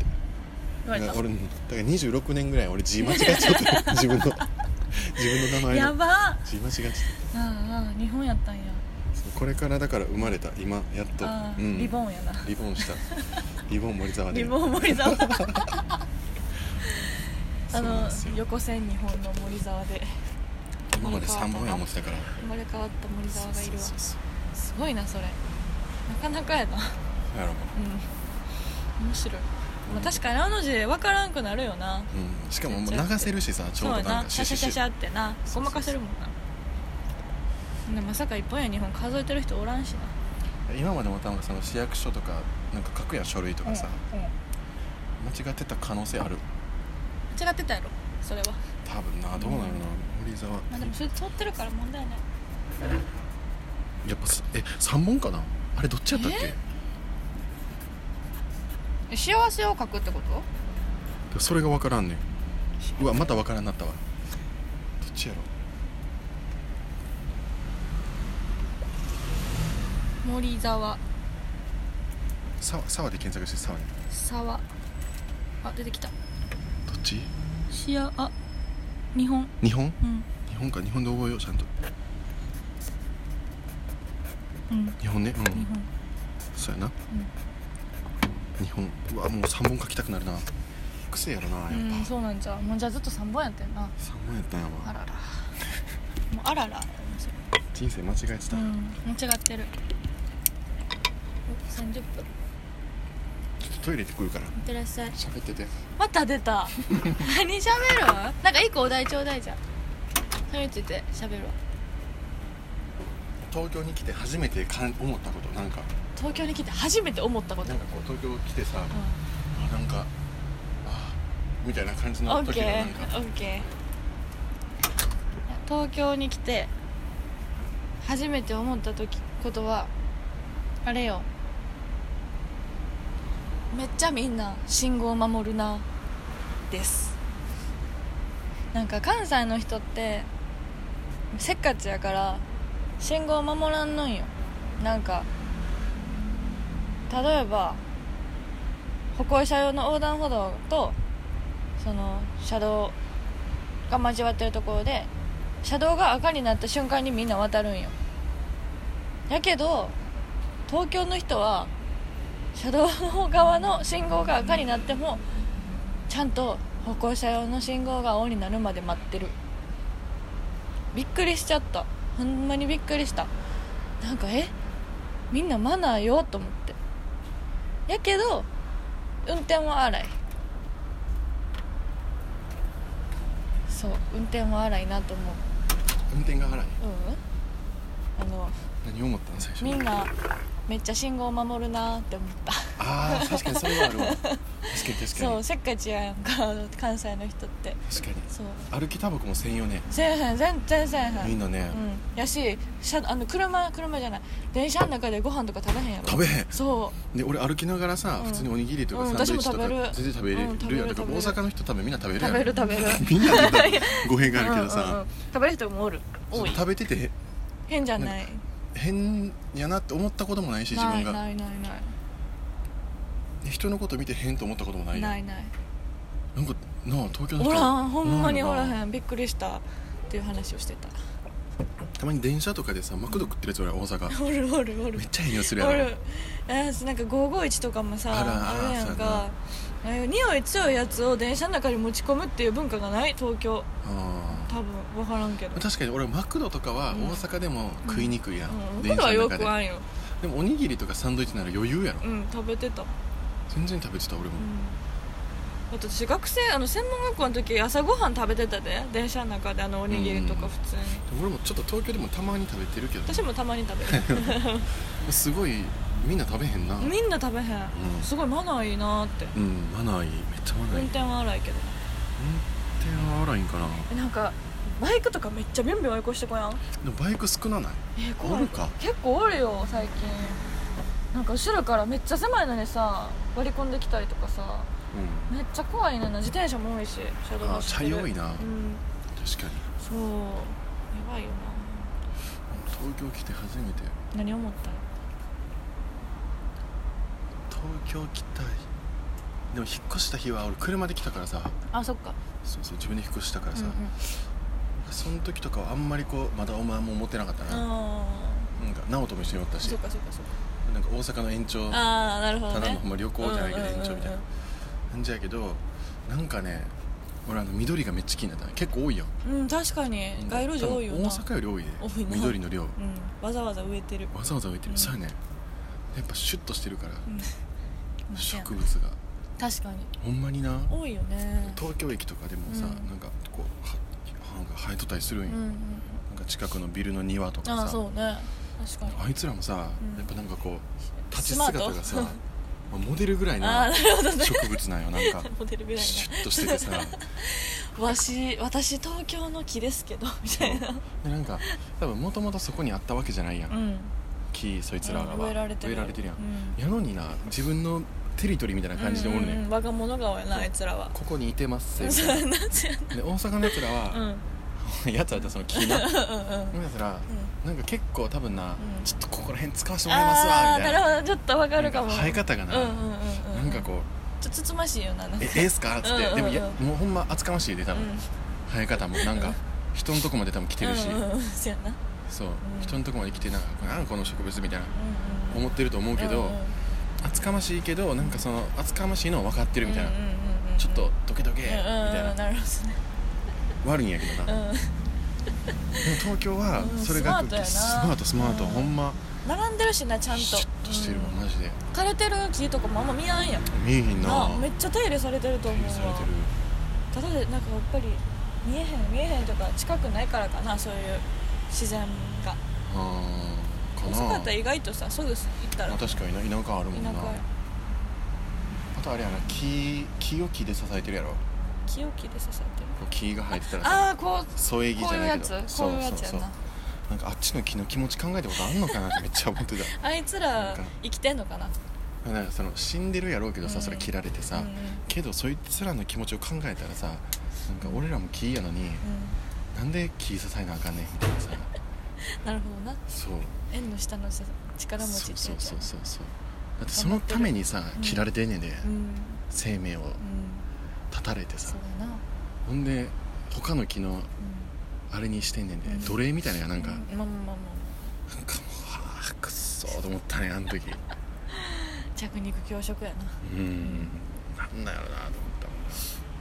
S1: 言われ
S2: だ
S1: た
S2: から俺だから26年ぐらい俺字間違え ちゃった自分の自分の名前
S1: や
S2: の
S1: ばっ
S2: 字間違えちゃった
S1: ああ日本やったんや
S2: そうこれからだから生まれた今やっと、
S1: あ
S2: う
S1: ー
S2: ん、
S1: リボンやな
S2: リボ ンしたリボン森沢で
S1: リボン森 沢
S2: そ
S1: あ
S2: うなん
S1: の
S2: ですよ
S1: 横線日本の森沢で
S2: 今まで3本や思ってたから
S1: 生まれ変わった森沢がいるわ
S2: そうそうそう
S1: すごいなそれなかなかやな
S2: そうやろ
S1: うん面白い、まあ、確かにあの字分からんくなるよな
S2: うん、しかももう流せるしさち
S1: そう
S2: ょ
S1: う
S2: ど
S1: や
S2: なん
S1: な
S2: か
S1: シャシャシャシャってな
S2: そ
S1: ご
S2: うそうそう
S1: まかせるもんなでまさか一本や日本数えてる人おらんしな
S2: 今までも多分その市役所とかなんか書くやん書類とかさ、間違ってた可能性ある
S1: 間違ってたやろそれは
S2: 多分などうなるな、森沢
S1: まあでもそれ通ってるから問題ない
S2: やっぱすえ三3本かなあれどっちやったっけ
S1: ええ幸せを書くってこと
S2: それが分からんねんうわまた分からんなったわどっちやろ
S1: 森沢
S2: さ沢で検索して沢に
S1: 沢あ出てきた
S2: どっち
S1: しやあ日本
S2: 日本
S1: うん
S2: 日本か日本で覚えようちゃんと
S1: うん
S2: 日本ねうん、
S1: 日本
S2: そうやな、日本うわもう3本書きたくなるな癖やろなやっぱ、
S1: う
S2: 三
S1: んそうなんじゃうもうじゃあずっと3本やったよな
S2: 3本やったんや
S1: あ
S2: わ
S1: ららもうあらら
S2: 人生間違えて
S1: う
S2: た、
S1: ん間違ってるお30分
S2: ちょっとトイレ行ってくるから
S1: いってらっしゃい
S2: 喋ってて
S1: また出 た何喋るなんか一個お題ちょうだいじゃんそれについて喋るわ
S2: 東京に来て初めてかん思ったことなんか
S1: 東京に来て初めて思ったこと
S2: なんかこう東京来てさ、
S1: う
S2: あなんかあみたいな感じ
S1: ん
S2: の時のなんか
S1: OKOK 東京に来て初めて思った時ことはあれよめっちゃみんな信号守るなですなんか関西の人ってせっかちやから信号守らんのんよなんか例えば歩行者用の横断歩道とその車道が交わってるところで車道が赤になった瞬間にみんな渡るんよやけど東京の人は車道の側の信号が赤になってもちゃんと歩行者用の信号が青になるまで待ってるびっくりしちゃったほんまにびっくりしたなんかえみんなマナーよと思ってやけど運転は荒いそう運転は荒いなと思う
S2: 運転が荒い
S1: うんあの
S2: 何思ったの最初
S1: みんなめっちゃ信号守るなって思った
S2: ああ確かにそれはあるわ確かに確か
S1: そう
S2: に
S1: せっかちやんか関西の人って
S2: 確かに
S1: そう
S2: 歩きタバコも専用ね
S1: せえへん全然せえへん
S2: みんなね、
S1: うんやし車あの車車じゃない電車の中でご飯とか食べへんやろ
S2: 食べへん
S1: そ
S2: で俺歩きながらさ、
S1: うん
S2: 普通におにぎりとか
S1: うん
S2: サンドイッチと
S1: 私も
S2: か、
S1: 食べる
S2: 全然食べれ
S1: うん食べ
S2: る
S1: る
S2: やんだか
S1: 食
S2: ら
S1: べ
S2: 大
S1: る
S2: 阪の人多分みんな食べ
S1: う
S2: るやん
S1: 食べ る食べる
S2: みんなで語弊があるけどさ、
S1: うんうんうん食べる人もおる多い
S2: 食べてて
S1: 変じゃない
S2: 変やなって思ったこともないし自
S1: な
S2: 分
S1: い
S2: が
S1: ないないない
S2: 人のこと見て変と思ったこともないよ
S1: ないない
S2: なんかなあ東京の人
S1: おらんほんまにおら
S2: ん
S1: へんびっくりしたっていう話をしてた
S2: たまに電車とかでさマクド食ってるやつ俺大阪
S1: おるおるおる
S2: めっちゃいい匂いするや
S1: お
S2: ろ
S1: るえーなんか551とかもさ
S2: あら
S1: あるやん
S2: そうやな
S1: かああいう匂い強いやつを電車の中に持ち込むっていう文化がない東京
S2: あ
S1: 多分分からんけど
S2: ー確かに俺マクドとかは大阪でも食いにくいやん、
S1: うん
S2: 電
S1: 僕は
S2: 車の
S1: よ
S2: 中
S1: くあ
S2: で
S1: んよ
S2: でもおにぎりとかサンドイッチなら余裕やろ、
S1: うん食べてた
S2: 全然食べてた俺も、
S1: あと私学生あの専門学校の時朝ごはん食べてたで電車の中であのおにぎりとか普通に、
S2: でも俺もちょっと東京でもたまに食べてるけど
S1: 私もたまに食 べる
S2: すごいみんな食べへんなうん
S1: みんな食べへん、
S2: うん
S1: すごいマナーいいなって、
S2: マナーいいめっちゃマナーい
S1: 運
S2: い
S1: 転は荒いけど
S2: 運転は荒いんかな
S1: えなんかバイクとかめっちゃビュンビュン追い越してこやん
S2: でもバイク少なない
S1: えこ
S2: おるか
S1: 結構おるよ最近なんか後ろからめっちゃ狭いのにさ割り込んできたりとかさ
S2: う
S1: めっちゃ怖いねんな自転車も多いし車道走ってる
S2: あ車多いな
S1: うん
S2: ん確かに
S1: そうやばいよな
S2: 東京来て初めて
S1: 何思った
S2: 東京来たいでも引っ越した日は俺車で来たからさ
S1: あそっか
S2: そうそう自分で引っ越したから
S1: うん
S2: さ、
S1: うん
S2: その時とかはあんまりこうまだお前も持ってなかったな,、
S1: あ
S2: なんか直人も一緒におった
S1: あ
S2: し
S1: そっかそっかそっか
S2: なんか大阪の延長た
S1: ああなるほど
S2: だの
S1: ね
S2: ほんま旅行じゃないけど
S1: うん
S2: 延
S1: うんうんうん
S2: 長みたいな感じやけどなんかね俺あの緑がめっちゃ気になった結構多いよ
S1: うん確かに街路樹多いよな
S2: 多分大阪より多いで
S1: 多いな
S2: 緑の量
S1: うんわざわざ植えてる
S2: わざわざ植えてる、
S1: うん
S2: そうやねやっぱシュッとしてるから、
S1: うん
S2: 植物が
S1: 確かに
S2: ほんまにな
S1: 多いよね
S2: 東京駅とかでもさ、
S1: うん
S2: なんかこうはなんか生えとったりするん
S1: う
S2: よ、
S1: んうん
S2: なんか近くのビルの庭とか
S1: あ
S2: さ
S1: あそうね確かに
S2: あいつらもさ、
S1: うん
S2: やっぱなんかこう立ち
S1: スマート
S2: 姿がさまあモデルぐらい
S1: ああ
S2: な
S1: なるほどね
S2: 植物なんよなんか
S1: モデルぐらい
S2: シュッとしててさ
S1: な わし私東京の木ですけど みたいな
S2: でなんか多分もともとそこにあったわけじゃないやん、
S1: うん
S2: 木そいつらがは
S1: 植えられてる
S2: 植えられてるやん、
S1: う
S2: やのにな自分のテリトリーみたいな感じでおるね
S1: う
S2: ん、
S1: んうんうん我が物顔やなあいつらは
S2: ここにいてますみ た
S1: そ
S2: いうな
S1: やなそうや
S2: で大阪のやつら
S1: なうん
S2: は、やつらってその木なや
S1: うんうんうん
S2: つら、なんか結構多分な、
S1: うん
S2: ちょっとここら辺使わせてもらいますわ
S1: ああ
S2: み
S1: ーな
S2: た
S1: いる
S2: な
S1: ほどちょっとわかるかも
S2: なん生え方が
S1: うん
S2: な、
S1: うんうんう
S2: なんんかこう
S1: ちょっとつつましいよななん
S2: 「え
S1: か
S2: えっすか?」っつ
S1: うん
S2: って、
S1: うんうん
S2: でもいやもうほんま厚かましいで多分、
S1: うん
S2: 生え方もなんか人のとこまで多分来てるし、
S1: うんうんうんそうやな
S2: そう、
S1: ん
S2: 人のとこまで来てなんか「なんこの植物」みたいな
S1: うんうん
S2: 思ってると思うけど、
S1: うんうん
S2: 厚かましいけどなんかその厚かましいのは分かってるみたいな、
S1: うんうんうんうん
S2: ちょっとドケドケみ
S1: うんうんうん
S2: たいな、
S1: なるほどね
S2: 悪いんやけどな、でも東京は
S1: うん
S2: それが、
S1: スマートやな
S2: スマートスマート、
S1: うん
S2: ほんま
S1: うん並んでるしなちゃんと
S2: シュッとしてるわ、
S1: うん
S2: マジで
S1: 枯れてる木とかもあんま見やんやん
S2: 見えへんな
S1: なめっちゃ手入れされてると思う
S2: 許され
S1: わ
S2: てる
S1: ただでなんかやっぱり見えへん見えへんとか近くないからかなそういう自然が
S2: あーか
S1: 大阪
S2: な
S1: やったら意外とさすぐ行ったら
S2: まあ
S1: 田
S2: 確かにな田舎あるもんな
S1: 舎
S2: あとあれやな木木を木で支えてるやろ
S1: 木を木で刺さってる
S2: こう木が生えてたらさ
S1: ああこ
S2: 添え
S1: う
S2: 木じ
S1: こう
S2: ゃ
S1: いう
S2: な
S1: や
S2: いけ
S1: つ
S2: ど
S1: こういうやつや
S2: そう
S1: な
S2: なんかあっちの木の気持ち考えたことあんのかなってめっちゃ思ってた
S1: あいつ
S2: なん
S1: ら
S2: か
S1: 生きてんのかな
S2: なんかその死んでるやろうけどさ、
S1: うん
S2: それ切られてさ、
S1: うんうん
S2: けどそいつらの気持ちを考えたらさなんか俺らも木やのになんで木支えなあかんねんみたいなさ
S1: うんなるほどな
S2: そう
S1: 縁の下の力持ち
S2: そう
S1: って
S2: そう
S1: やつ
S2: そう
S1: や
S2: そうそうだってそのためにさ
S1: うん
S2: 切られてんねんで、
S1: うんうん
S2: 生命を絶たれてさ
S1: そうだな
S2: ほんで他の木の
S1: う
S2: あれにしてんねんで、
S1: うん
S2: 奴隷みたいなのがなん
S1: う
S2: か、
S1: んまあまあまあま
S2: なんかもうはあくっそーと思ったねあの時
S1: あ着肉強食やな
S2: うんなんだよなと思ったもんな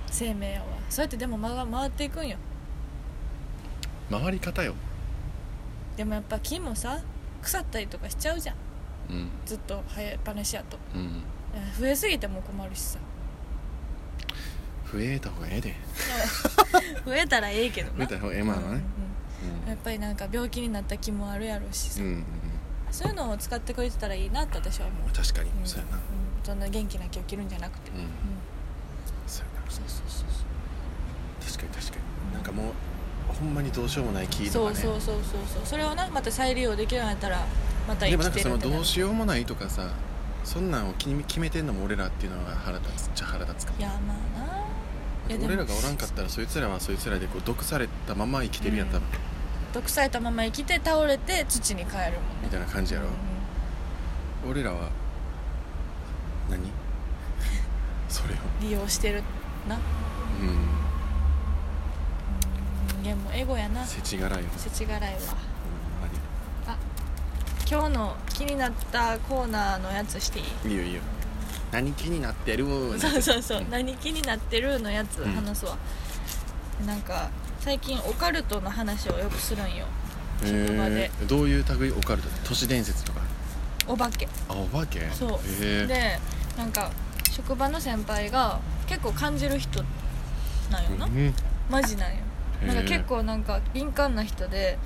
S1: 生命やわそうやってでも回回っていくんよ
S2: 回り方よ、
S1: でもやっぱ木もさ腐ったりとかしちゃうじゃん
S2: うん
S1: ずっと生えっぱなしやと
S2: うん、
S1: え増えすぎても困るしさ
S2: 増えた方がええで
S1: 増えたらええけど
S2: 増え
S1: な
S2: た方がええまあまあね
S1: うんやっぱりなんか病気になった木もあるやろうし
S2: う
S1: さ、
S2: ん、うん
S1: そういうのを使ってくれてたらいいなって私は思う
S2: うん、確かに、
S1: ん
S2: そうや
S1: う
S2: な
S1: んそんな元気な木を切るんじゃなくて、
S2: うん
S1: うん
S2: そうやな
S1: そうそうそうそう
S2: 確かに確かになんかもうほんまにどうしようもない木と
S1: そ
S2: か
S1: う
S2: ね
S1: そうそうそうそうそれをなまた再利用できるようになったらまた
S2: で
S1: 生
S2: もな
S1: き
S2: んか
S1: て
S2: そ
S1: る
S2: の
S1: って
S2: どう
S1: い
S2: しようもないとかさそんなんを決め決めてんのも俺らっていうのが腹立つっちゃ腹立つかも
S1: やまあないやでも
S2: 俺らがおらんかったらそいつらはそいつらでこう毒されたまま生きてるやん多分、
S1: 毒されたまま生きて倒れて土に帰るもん
S2: み
S1: ね
S2: たいな感じやろ、俺らは何それを
S1: うん利用してるな
S2: うん
S1: 人間もエゴやな
S2: 世知辛いよね
S1: 世知辛いわ
S2: ほんま
S1: 今日の気になったコーナーのやつしていい
S2: にいいよいいよ何気になってるなんて
S1: そうそうそう、
S2: ん
S1: 何気になってるのやつ
S2: うん
S1: 話すわ、なんか最近オカルトの話をよくするんよ職場で
S2: へーどういう類オカルト都市伝説とか
S1: お化け
S2: あお化け
S1: そう
S2: へえ
S1: でなんか職場の先輩が結構感じる人なんよな、
S2: うん
S1: マジなんよ
S2: へー
S1: なんか結構なんか敏感な人で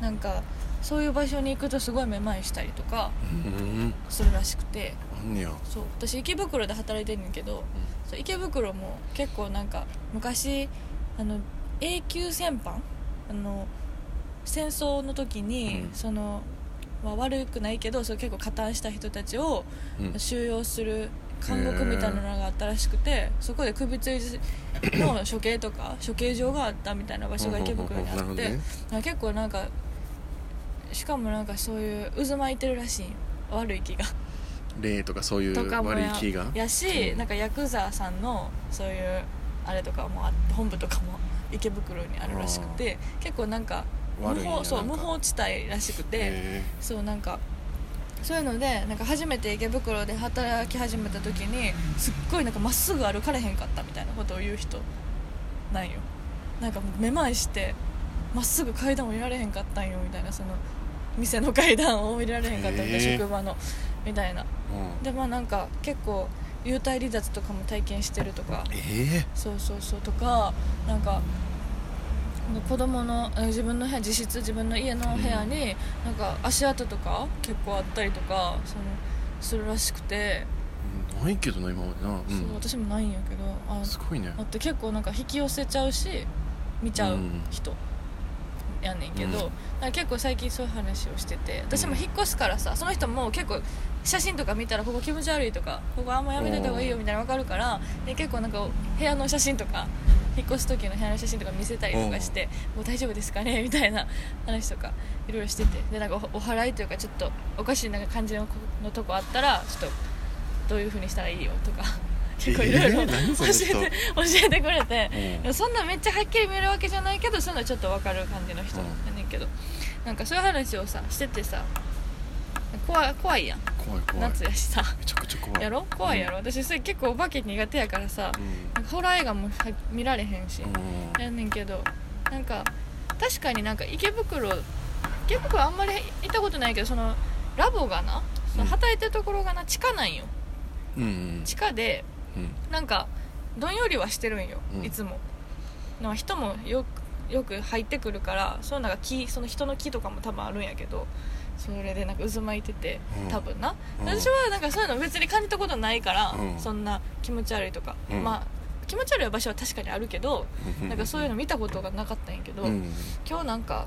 S1: なんかそういう場所に行くとすごいめまいしたりとか
S2: うん
S1: するらしくて
S2: あんねや
S1: そう私池袋で働いてんねんけどそう池袋も結構なんか昔あの永久戦犯あの戦争の時に、
S2: うん
S1: その、まあ、悪くないけどそう結構加担した人たちを
S2: うん
S1: 収容する監獄みたいなのがあったらしくて、そこで首吊りの処刑と か処刑場があったみたいな場所が池袋にあ
S2: ほうほ
S1: っ
S2: うほうな
S1: て、
S2: るほどね
S1: なんか結構なんかしかもなんかそういう渦巻いてるらしいんよ悪い気が。
S2: 霊とかそうい
S1: とか
S2: う
S1: も
S2: 悪い
S1: や
S2: 気が
S1: やし、
S2: うん
S1: なんかヤクザさんのそういうあれとかもあ本部とかも池袋にあるらしくて結構なんか無
S2: 悪いんや
S1: 法そう
S2: なん
S1: 無
S2: か
S1: 法地帯らしくて
S2: へ
S1: そうなんかそういうのでなんか初めて池袋で働き始めた時にすっごいなんかまっすぐ歩かれへんかったみたいなことを言う人なんよなんかもうめまいしてまっすぐ階段降りられへんかったんよみたいなその店の階段を降りられへんかったみたい
S2: へ
S1: な
S2: ー
S1: 職場のみたいな
S2: ーうん
S1: でまあなんか結構幽体離脱とかも体験してるとか
S2: え
S1: そうそうそうとかなんか子供のえ自分の部屋自室自分の家の部屋になんか足跡とか結構あったりとかそのするらしくて、
S2: えないけどな今までなうん
S1: そう私もないんやけどあ
S2: すごいね
S1: あって結構なんか引き寄せちゃうし見ちゃう人やねんけど、
S2: うん
S1: なんか結構最近そういう話をしてて私も引っ越すからさその人も結構写真とか見たらここ気持ち悪いとかここあんまやめといた方がいいよみたいなの分かるからで結構なんか部屋の写真とか引っ越す時の部屋の写真とか見せたりとかしてもう大丈夫ですかね みたいな話とかいろいろしててでなんかおお祓いというかちょっとおかしいなんか感じのこのとこあったらちょっとどういうふうにしたらいいよとか結構いろいろ
S2: えー
S1: 教
S2: 何その人
S1: えて 教えてくれて
S2: うん
S1: でもそんなめっちゃはっきり見えるわけじゃないけどそういうのちょっと分かる感じの人
S2: うん
S1: やねんけどなんかそういう話をさしててさ怖い怖いやん
S2: 怖い怖い
S1: 夏やしさ
S2: めちゃくちゃ怖い
S1: やろ怖いやろ私それ結構お化け苦手やからさ
S2: うん
S1: なんかホラー映画もは見られへんし
S2: うん
S1: やんねんけどなんか確かになんか池袋池袋あんまり行ったことないけどそのラボがなその
S2: うん
S1: 働いてるところがな地下なんよ
S2: うんうん
S1: 地下で
S2: うん
S1: なんかどんよりはしてるんよ、
S2: うん
S1: いつもなんか人もよくよく入ってくるからそういうのが木その人の木とかも多分あるんやけどそれでなんか渦巻いてて
S2: うん
S1: 多分な、
S2: うん
S1: 私はなんかそういうの別に感じたことないから、
S2: うん
S1: そんな気持ち悪いとか、
S2: うん
S1: まあ気持ち悪い場所は確かにあるけど、
S2: うん
S1: なんかそういうの見たことがなかったんやけど、
S2: うん
S1: 今日なんか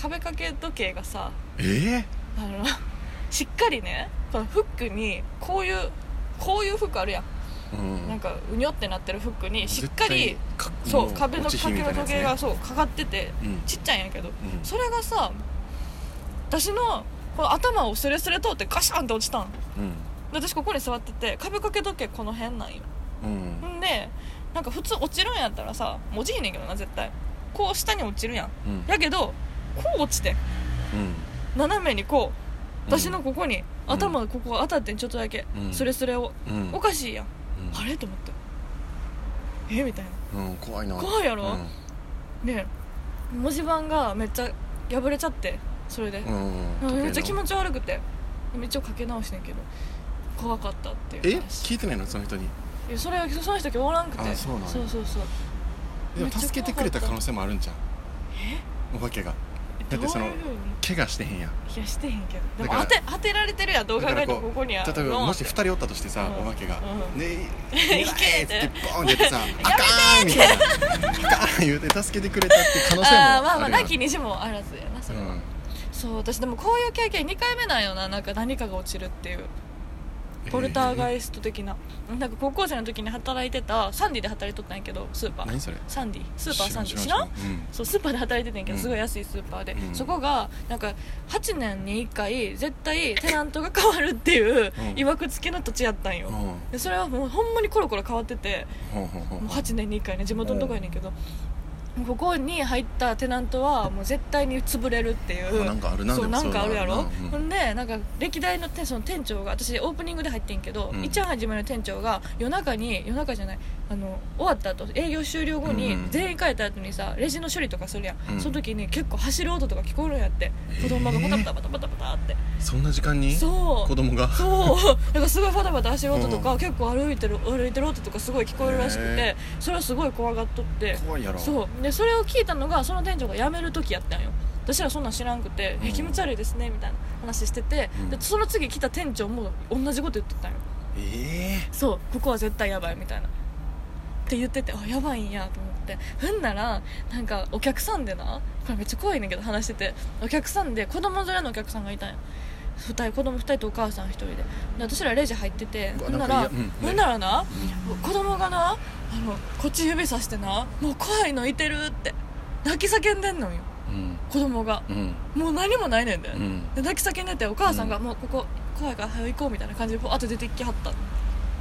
S1: 壁掛け時計がさ
S2: え
S1: あの しっかりねこのフックにこういうこういう服あるやん
S2: ーうん
S1: なんかうにょってなってるフックにしっかり
S2: 絶対か
S1: そ
S2: も
S1: う壁の
S2: 落ち
S1: 掛
S2: ひん
S1: け
S2: みたいな
S1: 掛
S2: やつね
S1: けがそうかかってて
S2: うん
S1: ちっちゃいんやけど
S2: うん
S1: それがさ私のこの頭をスレスレ通ってガシャンって落ちたんで私ここに座ってて壁掛け時計この辺なんよ
S2: うんうん
S1: んでなんか普通落ちるんやったらさもう落ちひんねんけどな絶対こう下に落ちるやん
S2: うん
S1: やけどこう落ちてん
S2: うん
S1: 斜めにこう
S2: うん
S1: 私のここに
S2: うん
S1: 頭ここ当たってんちょっとだけ
S2: うん
S1: スレスレを
S2: うん
S1: おかしいやん
S2: うん
S1: あれと思ってえみたいな
S2: うん怖いな
S1: 怖いやろ
S2: うん
S1: で文字盤がめっちゃ破れちゃってそれで、
S2: うん
S1: めっちゃ気持
S2: ち
S1: ち悪くて一応かけ直してんけど怖かったって
S2: え
S1: いう話
S2: 聞いてないのその人に
S1: いやそれはその人今日おらんくて
S2: あそうなんや
S1: そうそうそうめ
S2: で
S1: っちゃ怖
S2: も
S1: かった
S2: 助けてくれた可能性もあるんじゃんお化けがだってその
S1: どういうふうに
S2: 怪我してへんやん
S1: いやしてへんけどで
S2: だ
S1: も
S2: から
S1: 当て当てられてるやんどう考えてもここにあ
S2: 例えばもし2人おったとしてさ、
S1: うん
S2: お化けが
S1: う
S2: 「
S1: ん
S2: ねえ
S1: け
S2: ねえ」っ
S1: ってて
S2: ボーンってや ってさ「あかん!」みたいな「あかん!」言うて助けてくれたって可能性も
S1: ああーまあま
S2: あ
S1: あ
S2: るやん
S1: なきにしもあらずやなそれは、
S2: うん
S1: そう私でもこういう経験2回目なんよななんか何かが落ちるっていうポルターガイスト的な、なんか高校生の時に働いてたサンディで働いとったんやけどスーパー
S2: 何それ
S1: サンディスーパーサンディ知
S2: 知
S1: ら
S2: ら
S1: ん
S2: ん知らんうん
S1: そうスーパーで働いててんやけど、
S2: うん
S1: すごい安いスーパーで、
S2: うん
S1: そこがなんか8年に1回絶対テナントが変わるっていう
S2: うん
S1: いわくつきの土地やったんよ、
S2: うん
S1: でそれはもうほんまにコロコロ変わってて
S2: ほうほうほう
S1: もう8年に1回ね地元のとこやねんけど、もうここに入ったテナントはもう絶対に潰れるっていう
S2: あなんかあるな
S1: そう
S2: でも
S1: な
S2: そ
S1: ん
S2: ういう
S1: かある
S2: の
S1: や
S2: あるな
S1: ろ、
S2: うん
S1: ほんでなんか歴代の店その店長が私オープニングで入ってんけど、
S2: うん
S1: 一番初めの店長が夜中に夜中じゃないあの終わった後営業終了後に、
S2: うん
S1: 全員帰った後にさレジの処理とかするやん、
S2: うん
S1: その時に結構走る音とか聞こえるんやって子供がバタバタバタバタバタって、
S2: そんな時間に
S1: そう
S2: 子供が
S1: そうなんかすごいバタバタ走る音とか、
S2: うん
S1: 結構歩いてる歩いてる音とかすごい聞こえるらしくて
S2: へ
S1: それはすごい怖がっとって
S2: 怖いやろ
S1: そうでそれを聞いたのがその店長が辞める時やったんよ私らそんなん知らんくて「
S2: うん
S1: え気持ち悪いですね」みたいな話してて、
S2: うん
S1: でその次来た店長も同じこと言ってたんよ
S2: え
S1: そうここは絶対やばいみたいなって言っててあやばいんやと思ってふんならなんかお客さんでなこれめっちゃ怖いねんけど話しててお客さんで子供連れのお客さんがいたんや二人子供2人とお母さん1人でで私らレジ入ってて
S2: うわ
S1: ふんな
S2: なん
S1: ら
S2: かいやうんね
S1: ふんならな
S2: えうん
S1: 子供がなあのこっち指さしてなもう怖いのいてるって泣き叫んでんのよ
S2: うん
S1: 子供が
S2: うん
S1: もう何もないねんで,、
S2: うん
S1: で泣き叫んでてお母さんが
S2: う
S1: もうここ怖いから早行こうみたいな感じであと出てきはったっ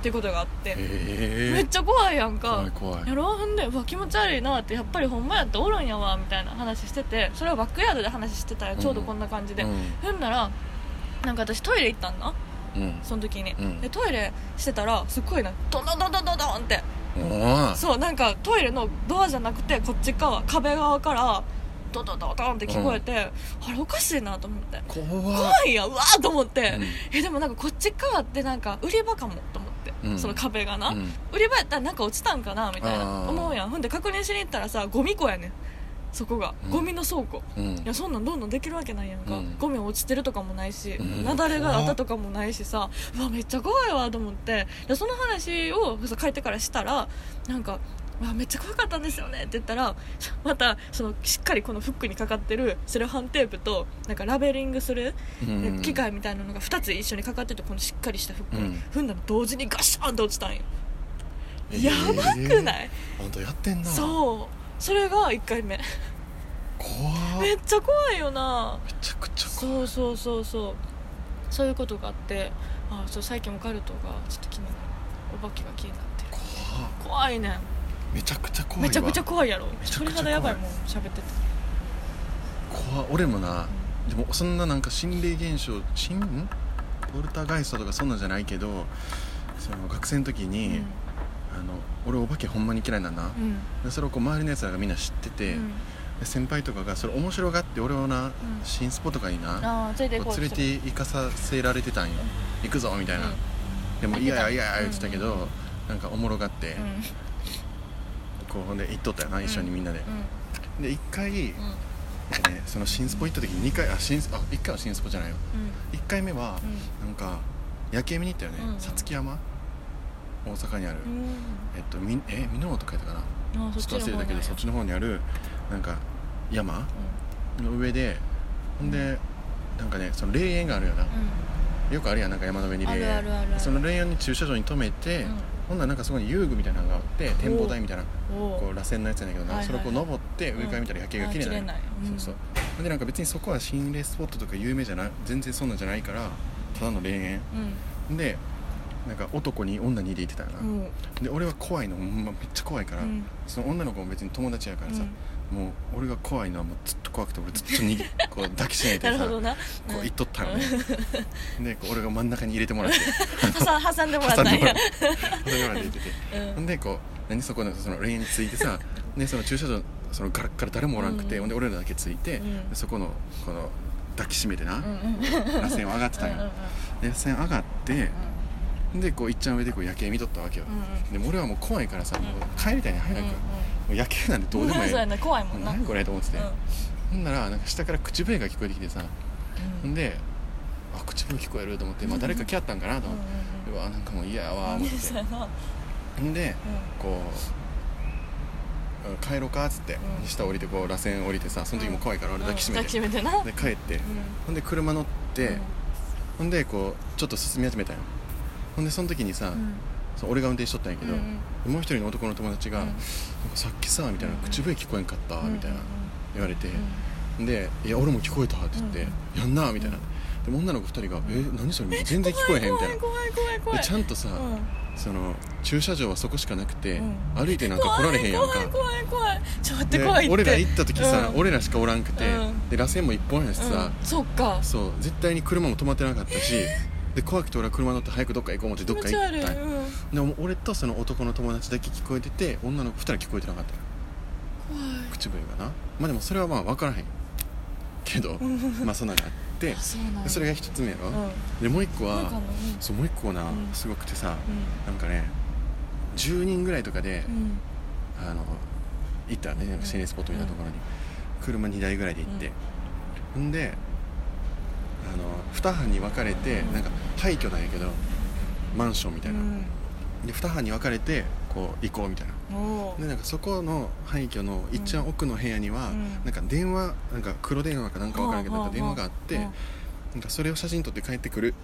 S1: ていうことがあって、め
S2: え
S1: っちゃ怖いやん
S2: え怖
S1: か
S2: い怖い
S1: やろほんでうわ気持ち悪いなってやっぱりほんまやっておるんやわみたいな話しててそれをバックヤードで話してたよちょうどこんな感じで、
S2: うん
S1: ふんならなんか私トイレ行ったんだ
S2: うん
S1: その時に、
S2: うん
S1: でトイレしてたらすっごいなドンドンドンドンドンドンって
S2: お
S1: そうなんかトイレのドアじゃなくてこっち側壁側からドドドドンって聞こえて、あれおかしいなと思って
S2: ー怖い
S1: 怖いやうわーと思って、
S2: うん
S1: えでもなんかこっち側ってなんか売り場かもと思って、
S2: うん
S1: その壁がな、
S2: うん
S1: 売り場やったらなんか落ちたんかなみたい
S2: あ
S1: な
S2: ー
S1: 思うやんほんで確認しに行ったらさゴミ庫やねんそこが、
S2: うん
S1: ゴミの倉庫
S2: うん
S1: いやそんなんどんどんできるわけないやんか、
S2: うん
S1: ゴミ落ちてるとかもないし、
S2: うん
S1: 雪崩があったとかもないしさうわめっちゃ怖いわと思ってでその話をそう帰ってからしたらなんか「うわめっちゃ怖かったんですよね」って言ったらまたそのしっかりこのフックにかかってるセロハンテープとなんかラベリングする
S2: うん
S1: 機械みたいなのが2つ一緒にかかっててこのしっかりしたフック
S2: う
S1: に
S2: ん
S1: 踏んだの同時にガシャンと落ちたんよ
S2: えー
S1: やばくない、
S2: 本当やってんな
S1: そうそれが1回目
S2: 怖
S1: め
S2: っめ
S1: っちゃ怖いよな
S2: ちゃくちゃ怖い
S1: そうそうそうそうそういうことがあってあそう最近オカルトがちょっと気になるお化けが気になってる
S2: 怖っ
S1: 怖いねん
S2: めちゃくちゃ怖いわ
S1: めちゃくちゃ怖いやろ
S2: めちゃくちゃ怖い
S1: 鳥肌やばいもん喋ってて
S2: 怖っ俺もなでもそんななんか心霊現象心んポルターガイストとかそんなんじゃないけどその学生の時
S1: う
S2: に、
S1: ん
S2: あの俺お化けほんまに嫌いなんだな、
S1: うん
S2: でそれをこう周りのやつらがみんな知ってて、
S1: うん
S2: で先輩とかがそれ面白がって俺をな、
S1: ん
S2: 新スポとかにな、
S1: ああ連れて行
S2: こ
S1: こ
S2: う
S1: う
S2: 連れて行かさせられてたんよ、行くぞみたいな、でも「いやいやいやいや」言ってたけど、なんかおもろがって、
S1: うんうん
S2: こうほんで行っとったよな一緒にみんなで、
S1: う
S2: で1
S1: ん
S2: 回、
S1: うん
S2: ね、その新スポ行った時に2回あ新スあ1回は新スポじゃないよ1回目は、なんか夜景見に行ったよね
S1: うん
S2: 五月、山大阪にある、
S1: うんうん
S2: えっとみえ美濃とかやったかな
S1: あー
S2: ちょ
S1: そっ
S2: っと忘
S1: ち
S2: れ
S1: の方
S2: たけ
S1: なん
S2: ど
S1: や
S2: そっちの方にあるなんか山の上でほんでなんかねその霊園があるよな、
S1: う
S2: よくあるやんなんか山の上に霊園
S1: あるあるあるある
S2: その霊園に駐車場に止めて、
S1: うん
S2: ほんならなんかそこに遊具みたいなのがあって展望台みたい
S1: う
S2: な
S1: んお
S2: こ
S1: う
S2: う螺旋のやつやねんけどな、
S1: はいはいはい
S2: それをこう登って上から見たら夜景が綺麗な
S1: うんあ綺麗な
S2: の
S1: んやうん
S2: そうそうほんでなんか別にそこは心霊スポットとか有名じゃない全然そんなんじゃないからただの霊園
S1: うん
S2: でなんか男に女にでいてたよな、
S1: うん
S2: で俺は怖いのほんまめっちゃ怖いから、
S1: うん
S2: その女の子も別に友達やからさ、もう俺が怖いのはもうずっと怖くて俺ずっと逃げ こう抱きしめ
S1: な
S2: て
S1: る
S2: さ
S1: ほどな
S2: こう行っとったのね、でこう俺が真ん中に入れて もらって
S1: 挟ん挟んでもらっ
S2: 挟
S1: た
S2: んで
S1: ん
S2: もら
S1: や
S2: って挟んでもらって行ってて
S1: うん
S2: ほんでこう何そこのその霊園に着いてさでその駐車場そのガラッガラ誰もおらんくて、
S1: うん
S2: ほんで俺らだけ着いて、
S1: うん
S2: でそこのこの抱きしめてな、
S1: うんうん
S2: 螺旋を上がってたんよ
S1: うんうんうん
S2: で螺旋上がって、でこう一ちゃん上でこう夜景見とったわけよ、
S1: うんうん
S2: でも俺はもう怖いからさ、
S1: ん
S2: もう帰りたいね早
S1: うん
S2: く、
S1: うん
S2: もう夜景なんてどうでもいい
S1: そうやな怖いもんな
S2: 何これと思ってて、
S1: うん
S2: ほんならなんか下から口笛が聞こえてきてさ、ほんであ口笛聞こえると思って、まあ、誰か来やったんかなと思って、うわなんかもう嫌やわ思って
S1: そうやな
S2: ほんで
S1: う
S2: こううん帰ろうかっつって、
S1: うん
S2: 下降りてこう螺旋降りてさその時も怖いから
S1: ん
S2: 俺抱きしめ
S1: 抱き
S2: て、
S1: しめてな
S2: で帰って、
S1: うん
S2: ほんで車乗って、
S1: うん
S2: ほんでこうちょっと進み始めたよほんでその時にさ、
S1: うん
S2: そう俺が運転しとったんやけど、
S1: うん
S2: もう一人の男の友達が
S1: う
S2: 「
S1: ん
S2: なんかさっきさ」みたいな
S1: うん
S2: 「口笛聞こえんかった」みたいな
S1: うん
S2: 言われて、で「いや俺も聞こえた」って言って「やんな」みたいなでも女の子二人が「え何それ全然聞こえへん」みたい
S1: 怖
S2: な
S1: い怖い怖い怖い怖い
S2: でちゃんとさ、その駐車場はそこしかなくて、
S1: うん
S2: 歩いてなんか来られへんやんか
S1: 怖い怖い怖いちょっと待って
S2: で
S1: 怖いって
S2: 俺ら行った時さ、
S1: うん
S2: 俺らしかおらんくて、
S1: うん
S2: で螺旋も一本やしさ、
S1: うんそっか
S2: そう絶対に車も止まってなかったしで怖くて俺は車乗って早くどっか行こう思ってどっか行ったん
S1: 気持ち悪
S2: や
S1: いうん
S2: でも俺とその男の友達だけ聞こえてて女の子2人聞こえてなかったの口笛がなまあでもそれはまあ分からへんけど
S1: ん
S2: まあそんなのがあって
S1: 怖いそうなんや
S2: でそれが一つ目やろ、
S1: うん
S2: でもう一個は
S1: なんかあんのうん
S2: そうもう一個はな、
S1: うん
S2: すごくてさ、
S1: う
S2: なんかね10人ぐらいとかで、
S1: んうん
S2: あの行ったね心霊スポットみたいなところに、車2台ぐらいで行って、ん、であの2班に分かれて、
S1: うん
S2: なんか廃墟なんやけどマンションみたいな、
S1: うん
S2: で2班に分かれてこう行こうみたいな
S1: お
S2: でなんかそこの廃墟の一番奥の部屋には、
S1: うん
S2: なんか電話なんか黒電話かなんか分からんけど、
S1: うん
S2: なんか電話があって、
S1: うん
S2: なんかそれを写真撮って帰ってくる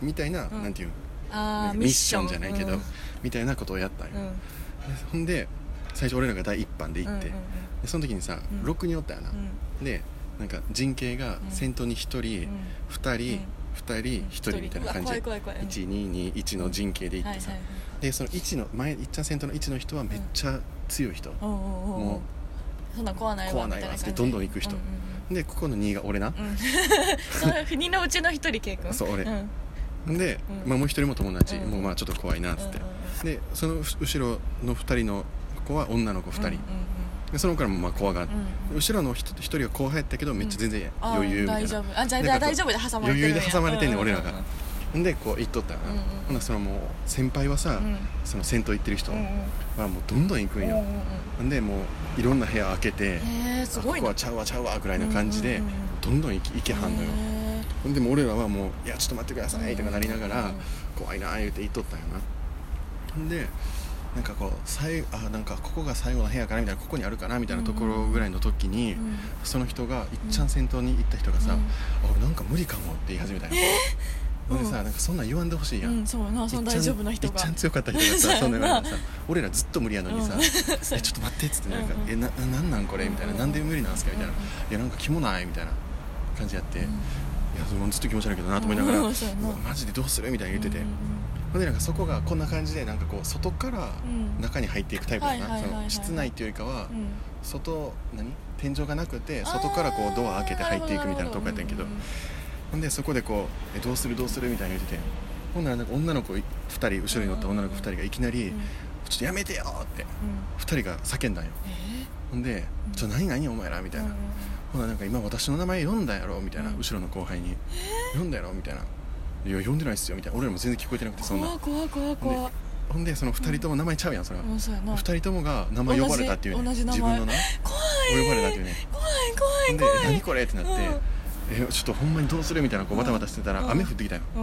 S1: うん
S2: みたいな、
S1: うん
S2: なんていうの
S1: あ
S2: なん
S1: ー
S2: かミッションじゃないけど、
S1: うん
S2: みたいなことをやったんよ、
S1: うん
S2: でほんで最初俺らが第一班で行って、
S1: うんうん
S2: でその時にさ、
S1: うん
S2: 6人おったよな、でなんか人形が先頭に1人、
S1: うんうん
S2: 2人、2人1
S1: 一
S2: 人みたいな感じ、
S1: うわ怖い怖い怖いうん
S2: 1221の人形で行ってさ、
S1: はいはいはい
S2: でその1の前いっちゃん先頭の1の人はめっちゃ強い人、
S1: おうおうおう
S2: も
S1: そんなん怖ないわ
S2: う怖ないわっ
S1: み
S2: つったて
S1: な感じ
S2: どんどん行く人、
S1: うん
S2: でここの2が俺な
S1: う、んうんその国のうちの一人圭君
S2: そう俺
S1: んうん
S2: で、
S1: うん
S2: まあ、もう1人も友達、
S1: うん
S2: もうまあちょっと怖いなっつって、でその後ろの2人の子は女の子2人、
S1: うんうん
S2: でその子からもまあ怖がって
S1: うんうんうん
S2: 後ろの人1人は後輩やったけどめっちゃ全然余裕みたい
S1: あー大
S2: な、
S1: 丈夫あじゃあ
S2: で
S1: だ大丈夫で挟まれてるんや
S2: 余裕で挟まれてんねん
S1: うう
S2: 俺
S1: う
S2: らがでこう行っとったらな、
S1: うんうん
S2: ほなそのもう先輩はさ、
S1: うん
S2: その先頭行ってる人
S1: うんうん
S2: はもうどんどん行くんよ
S1: うん、うん
S2: んでもういろんな部屋開けて、
S1: うんへえ
S2: あ
S1: すごい
S2: ここ
S1: な
S2: はちゃうわちゃうわぐらいな感じで、
S1: うんうんうんうん
S2: どんどん行き行けはんの
S1: へ
S2: よ、
S1: え
S2: ほんでもう俺らはもう「いやちょっと待ってください」とかなりながら、
S1: うんうん
S2: 怖いなー言うて言っとったんよなほんでなんかこう最あなんかここが最後の部屋かなみたいなここにあるかなみたいなところぐらいの時に、
S1: うん
S2: その人がいっちゃん先頭に行った人がさ「
S1: うん
S2: あ俺なんか無理かも」って言い始めたんよ、ほんで
S1: う
S2: さ
S1: ん
S2: なんかそんなん言わんでほしいやん、
S1: うんそうやなその大丈夫な人
S2: いっ
S1: が
S2: ちゃん強かった人が
S1: そう
S2: さ
S1: やな
S2: そんな言われたらさ俺らずっと無理やのにさ「
S1: うんそう
S2: え
S1: や
S2: ちょっと待って」っつってなんか
S1: うんう
S2: 「
S1: ん
S2: えなななんなんこれ」みたいな「
S1: うん
S2: なんで無理なんすか」みたいな「
S1: うんうん
S2: いやなんか気もない」みたいな感じやって「いやそのずっと気持ち悪いけどな」と思いながら「
S1: うんそうやな
S2: うわマジでどうする?」みたいな言ってて、
S1: うんうん
S2: ほんでなんかそこがこんな感じでなんかこう外から
S1: うん
S2: 中に入っていくタイプだ
S1: はいは
S2: ないそ
S1: はいはい
S2: の室内っていうよりかは、
S1: うんうん
S2: 外何天井がなくて外からこうドア開けて入っていくみたいなとこやったんやけど
S1: あーるほ
S2: ほんでそこでこう「えどうするどうする?」みたいな言っててほんならなんか女の子2人後ろに乗った女の子2人がいきなり
S1: どなるほどうん
S2: 「ちょっとやめてよ!」って
S1: うん
S2: 2人が叫んだんよ
S1: え
S2: ほんで「ちょ何何お前ら」みたいな、
S1: うん
S2: ほんならなんか今私の名前読んだやろみたいな、
S1: うん
S2: 後ろの後輩に「読んだやろ?」みたいな「いや読んでないっすよ」みたいな俺らも全然聞こえてなくてそんな
S1: 怖い怖い怖い怖い
S2: ほんでその2人とも名前ちゃうやんそれは、
S1: うんそうやな
S2: 2人ともが名前呼ばれたっていうね
S1: 同じ同
S2: 自
S1: じ名前
S2: 分のな
S1: 怖
S2: 呼ばれ
S1: い
S2: たっていうね
S1: 怖い
S2: ほんで
S1: 怖い怖い
S2: 「何これ?」ってなって
S1: うん
S2: 「えちょっとほんまにどうする?」みたいなこうバタバタしてた
S1: う
S2: ら
S1: ん
S2: 雨降ってきたよ
S1: う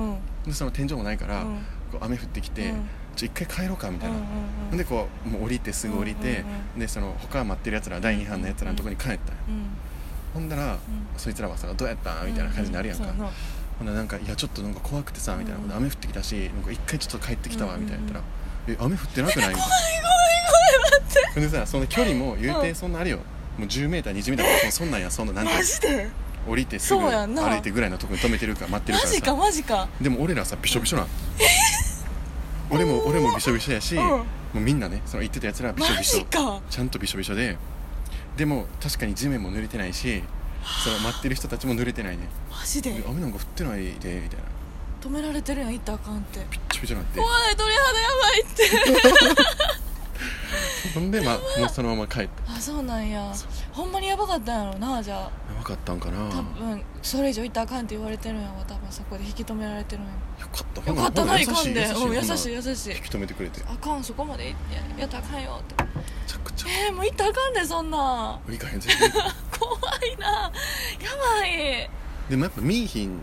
S1: ん
S2: でその天井もないから、
S1: うん
S2: こう雨降ってきて、
S1: うん
S2: ちょ一回帰ろうかみたいな、
S1: うんうんうん
S2: ほんでこうもう降りてすぐ降りて、
S1: うんうん
S2: でその他待ってるやつら第2班のやつらのとこに帰ったんよ、
S1: うん
S2: ほんだら、そいつらはさ「どうやった?」みたいな感じになるやんか、
S1: うそうな
S2: ほんならなんか「いやちょっとなんか怖くてさ」みたいな「
S1: うん
S2: 雨降ってきたしなんか一回ちょっと帰ってきたわ」
S1: うん
S2: み
S1: うん
S2: たいな言ったら「え雨降ってなくない?」 みたいなほんでさその距離も言う
S1: う
S2: て
S1: ん
S2: そんなあれよもう 10m20m そんなんやそん なんなんて
S1: マジで
S2: 降りてすぐ
S1: そうやんな
S2: 歩いてぐらいのとこに止めてるか待ってる
S1: マ
S2: から
S1: ジか
S2: さ
S1: マジか
S2: でも俺らさびしょびしょ なん俺も俺もびしょびしょやし、
S1: うん
S2: もうみんなねその行ってたやつらび
S1: マ
S2: しょびし
S1: ジ
S2: ょ
S1: か
S2: ちゃんとびしょびしょででも確かに地面も濡れてないしその待ってる人たちも濡れ てないね
S1: マジで
S2: で雨なんか降ってないでみたいな
S1: 止められてるやん行ったらあかんって
S2: びっちょびちょになって
S1: 怖い鳥肌やばいって
S2: ほんで、まあ、もうそのまま帰って
S1: あそうなんやほんまにやばかったんやろなじゃあ
S2: やばかったんかな
S1: 多分それ以上行ったらあかんって言われてるんやわ多分そこで引き止められてるんや
S2: よかった
S1: よかったな
S2: ほん
S1: い
S2: ま
S1: かんでうん
S2: ほんま
S1: 優しい優しい
S2: 引き止めてくれてめ
S1: あかんそこまでややったらあかんよって
S2: ちゃくちゃ
S1: えー、もう行ったらあかんでそんなん
S2: いかへん全然
S1: 怖いなやばい
S2: でもやっぱ見いひん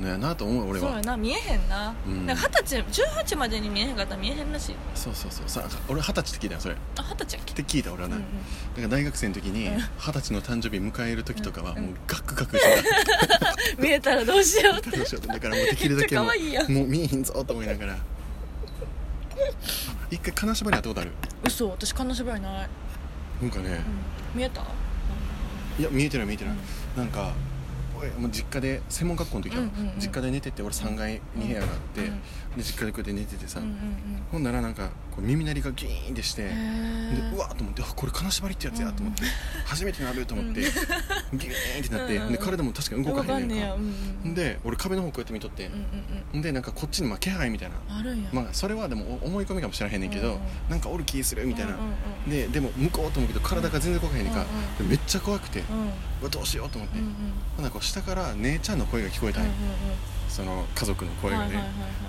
S2: のやなと思う俺
S1: そうや
S2: は
S1: な見えへんな
S2: うん
S1: なんか二十歳18までに見えへんかったら見えへんらしい
S2: そうそうそうさ俺二十歳って聞いたよそれっ
S1: あ二十歳やっけ
S2: て聞いた俺はな、
S1: うんうん
S2: だから大学生の時に
S1: うん
S2: 二十歳の誕生日迎える時とかは
S1: うん
S2: もうガクガクしてた
S1: 見えたらどうしようって
S2: どうしようってだからもうできるだけもう
S1: めっちゃ可愛いやん
S2: もう見えへんぞと思いながら一回金縛りやったことある
S1: 嘘私金縛りない、
S2: なんかね、
S1: うん、見えた
S2: いや見えてない見えてない、
S1: うん
S2: なんか俺もう実家で専門学校の時は、
S1: うんうんうん
S2: 実家で寝てて俺3階に部屋があって、
S1: うん
S2: で実家でこうやって寝ててさ、
S1: うんうんうん
S2: ほんならなんかこう耳鳴りがギーンってして、
S1: へ
S2: で
S1: ー
S2: うわーと思ってあこれ金縛りってやつやと思って、初めて鍋ると思って、 ギューンってなって
S1: うんうん
S2: で体も確かに動
S1: 動
S2: か
S1: か
S2: へ
S1: ん
S2: ん
S1: ね
S2: ねん
S1: や
S2: か
S1: うんうん
S2: で俺壁の方こうやって見とって
S1: うんう、ん
S2: ん、でなんかこっちにまあ気配みたいな、
S1: うんあるんや
S2: まあ、それはでもお思い込みかもしれへんねんけ
S1: う
S2: ど、
S1: んうん
S2: なんかおる気するみたいな、
S1: うんうんうん
S2: ででも向こうと思うけど体が全然動かへんねんか、
S1: う
S2: でめっちゃ怖くて、
S1: うんうん
S2: うわどうしようと思って、
S1: うんうん
S2: ほんならこう下から姉ちゃんの声が聞こえたんよ、その家族の声
S1: うんうんは
S2: が
S1: いはい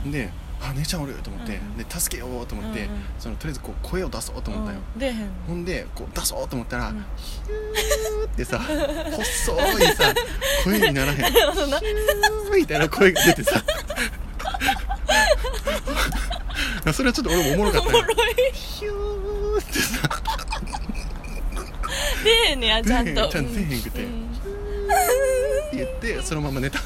S2: ね、
S1: はいはい
S2: で「あ姉ちゃんおる」と思って、
S1: うん
S2: で助けようと思って、
S1: うんうん
S2: そのとりあえずこう声を出そうと思ったよ、
S1: うん出えへん
S2: ほんでこう出そうと思ったら、
S1: うん
S2: ヒューってさ細いさ声にならへんヒューみたいな声が出てさ それはちょっと俺もおもろかったよ
S1: ろい
S2: ヒューってさ
S1: 出えへんねやちゃんと
S2: 出えへんちゃんと出えへんくて
S1: うん
S2: 言ってそのまま寝た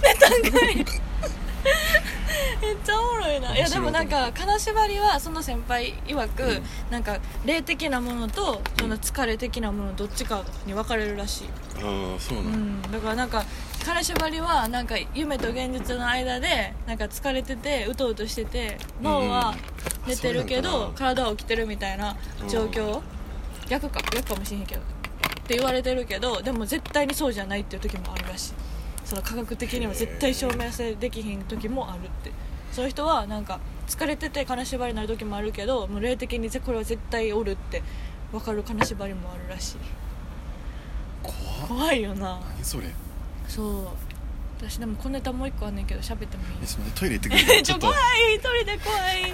S1: めっちゃおもろいないや
S2: 面白い
S1: でもなんか金縛りはその先輩曰く、
S2: うん
S1: なんか霊的なものとその疲れ的なものどっちかに分かれるらしい、
S2: ああそうな
S1: うん
S2: の、
S1: だからなんか金縛りはなんか夢と現実の間でなんか疲れててうとうとしてて脳は寝てるけど、
S2: うん
S1: 体は起きてるみたいな状況逆か逆かもしれへんけどって言われてるけどでも絶対にそうじゃないっていう時もあるらしいその科学的には絶対証明せできひん時もあるってそういう人はなんか疲れてて金縛りになる時もあるけどもう霊的にぜこれは絶対おるって分かる金縛りもあるらしい
S2: 怖っ
S1: 怖いよな
S2: 何それえ
S1: そう私でも小ネタもう一個あんねんけど喋ってもいい
S2: ちょっと待ってトイレ行ってくる
S1: ちょ怖い一人で怖い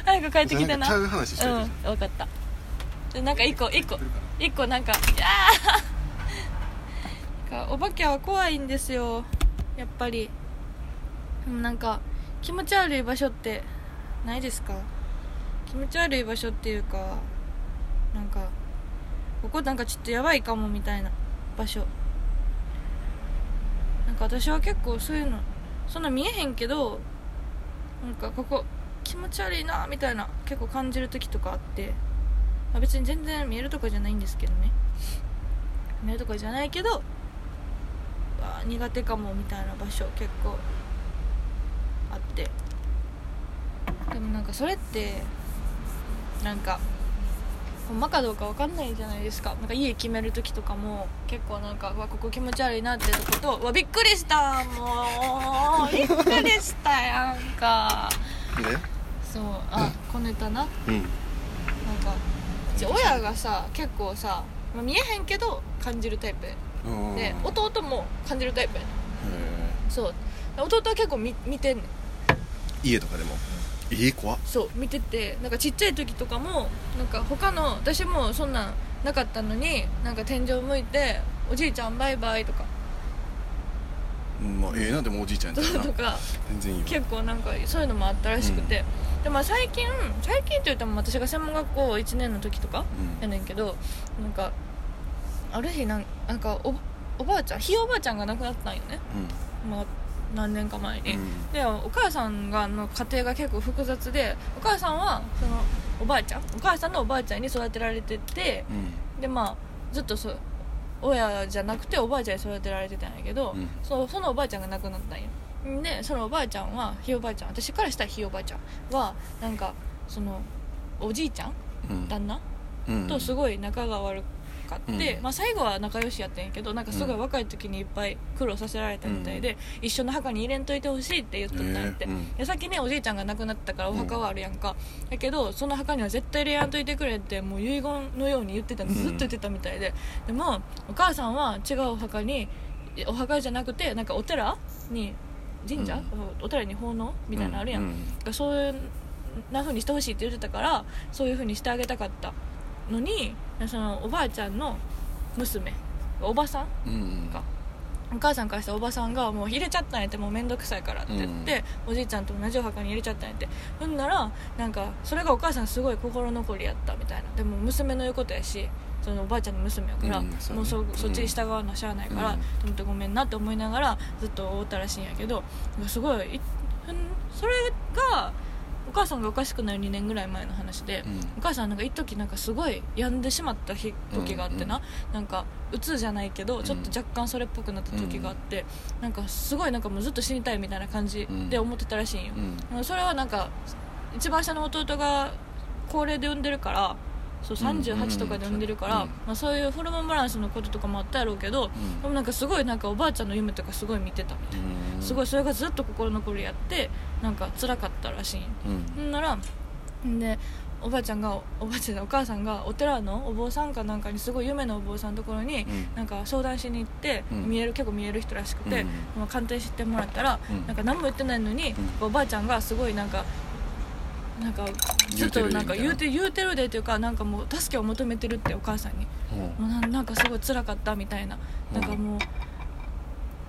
S1: 早く帰ってきてな
S2: ちゃう話しといて
S1: うん分かったでなんか一個一個一個なんかいやー なんかお化けは怖いんですよやっぱりでもなんか気持ち悪い場所ってないですか気持ち悪い場所っていうかなんかここなんかちょっとやばいかもみたいな場所なんか私は結構そういうのそんな見えへんけどなんかここ気持ち悪いなみたいな結構感じる時とかあって、まあ、別に全然見えるとかじゃないんですけどね見えるとかじゃないけどうわー苦手かもみたいな場所結構あってでもなんかそれってなんかほんまかどうかわかんないじゃないですかなんか家決める時とかも結構なんかうわここ気持ち悪いなってとことうわびっくりしたもうびっくりしたやんか
S2: で
S1: そうあ小ネタななんか
S2: うん
S1: うち親がさ結構さ、まあ見えへんけど感じるタイプ
S2: うん
S1: で
S2: へ
S1: 弟も感じるタイプやね
S2: え
S1: そう弟は結構見見てんねん
S2: 家とかでも家怖っ
S1: そう見ててなんかちっちゃい時とかもなんか他の私もそんなんなかったのになんか天井向いて「おじいちゃんバイバイ」 とか
S2: うんまあええなでもおじいちゃんやったら
S1: と
S2: な
S1: か
S2: 全然いい よ
S1: 結構なんかそういうのもあったらしくて、でまあ最近最近といっても私が専門学校1年の時とか
S2: う
S1: や
S2: ん
S1: ねんけどなんかある日なんなんかおおばあちゃんひいおばあちゃんが亡くなったんよね、まあ、何年か前に、
S2: うん
S1: でお母さんがの家庭が結構複雑でお母さんはそのおばあちゃんお母さんのおばあちゃんに育てられててでまあずっとそう親じゃなくておばあちゃんに育てられてたんやけど、
S2: うん
S1: そうそのおばあちゃんが亡くなったんよでそのおばあちゃんはひいおばあちゃん私からしたらひいおばあちゃんはなんかそのおじいちゃん
S2: うん
S1: 旦那、
S2: うん
S1: とすごい仲が悪かって、
S2: うん
S1: まあ、最後は仲良しやったんやけどなんかすごい若い時にいっぱい苦労させられたみたいで、一緒の墓に入れんといてほしいって言っとったんやって、
S2: へえうん
S1: で先ねおじいちゃんが亡くなったからお墓はあるやんか、だけどその墓には絶対入れやんといてくれってもう遺言のように言ってたのずっと言ってたみたいで、でもお母さんは違うお墓にお墓じゃなくてなんかお寺に神社、
S2: うん
S1: お寺に奉納みたいなのあるやん、
S2: う
S1: がそういうな風にしてほしいって言ってたからそういう風にしてあげたかったのにそのおばあちゃんの娘おばさん
S2: うんうん
S1: かお母さんからしたらおばさんが「もう入れちゃったんやってもう面倒くさいから」って言って、おじいちゃんと同じお墓に入れちゃったんやってほんならなんかそれがお母さんすごい心残りやったみたいなでも娘の言うことやしそのおばあちゃんの娘やから、
S2: うんそうね
S1: もうそそっち
S2: うん
S1: に従うのはしゃあないから、
S2: うん
S1: と思ってごめんなって思いながらずっとおったらしいんやけどなんかすごいいふんそれがお母さんがおかしくなる2年ぐらい前の話で、お母さんなんか一時なんかすごい病んでしまった日時があってな、なんかうつじゃないけどちょっと若干それっぽくなった時があって、なんかすごいなんかもうずっと死にたいみたいな感じで思ってたらしいんよ
S2: う、ん
S1: それはなんか一番下の弟が高齢で産んでるからそう38とかで産んでるから、
S2: うんうん
S1: まあ、そういうホルモンバランスのこととかもあったやろうけど、でもなんかすごいなんかおばあちゃんの夢とかすごい見てたみたいな、
S2: うん
S1: すごいそれがずっと心残りやってなんか辛かったらしいんよ
S2: う
S1: ほ
S2: ん
S1: んならんでおばあちゃんがおばあちゃんのお母さんがお寺のお坊さんかなんかにすごい夢のお坊さんのところに、
S2: うん
S1: なんか相談しに行って、
S2: うん
S1: 見える結構見える人らしくて、
S2: うん
S1: まあ、鑑定してもらったら、
S2: うん
S1: なんか何も言ってないのに、
S2: うん
S1: おばあちゃんがすごいなんか。なんかず
S2: 言
S1: っ
S2: うて
S1: と
S2: るで
S1: なんか
S2: みたい
S1: 言
S2: な
S1: うて言うてるでというかなんかもう助けを求めてるってお母さんにもうなんなんかすごい辛かったみたいな
S2: うん
S1: なんかもう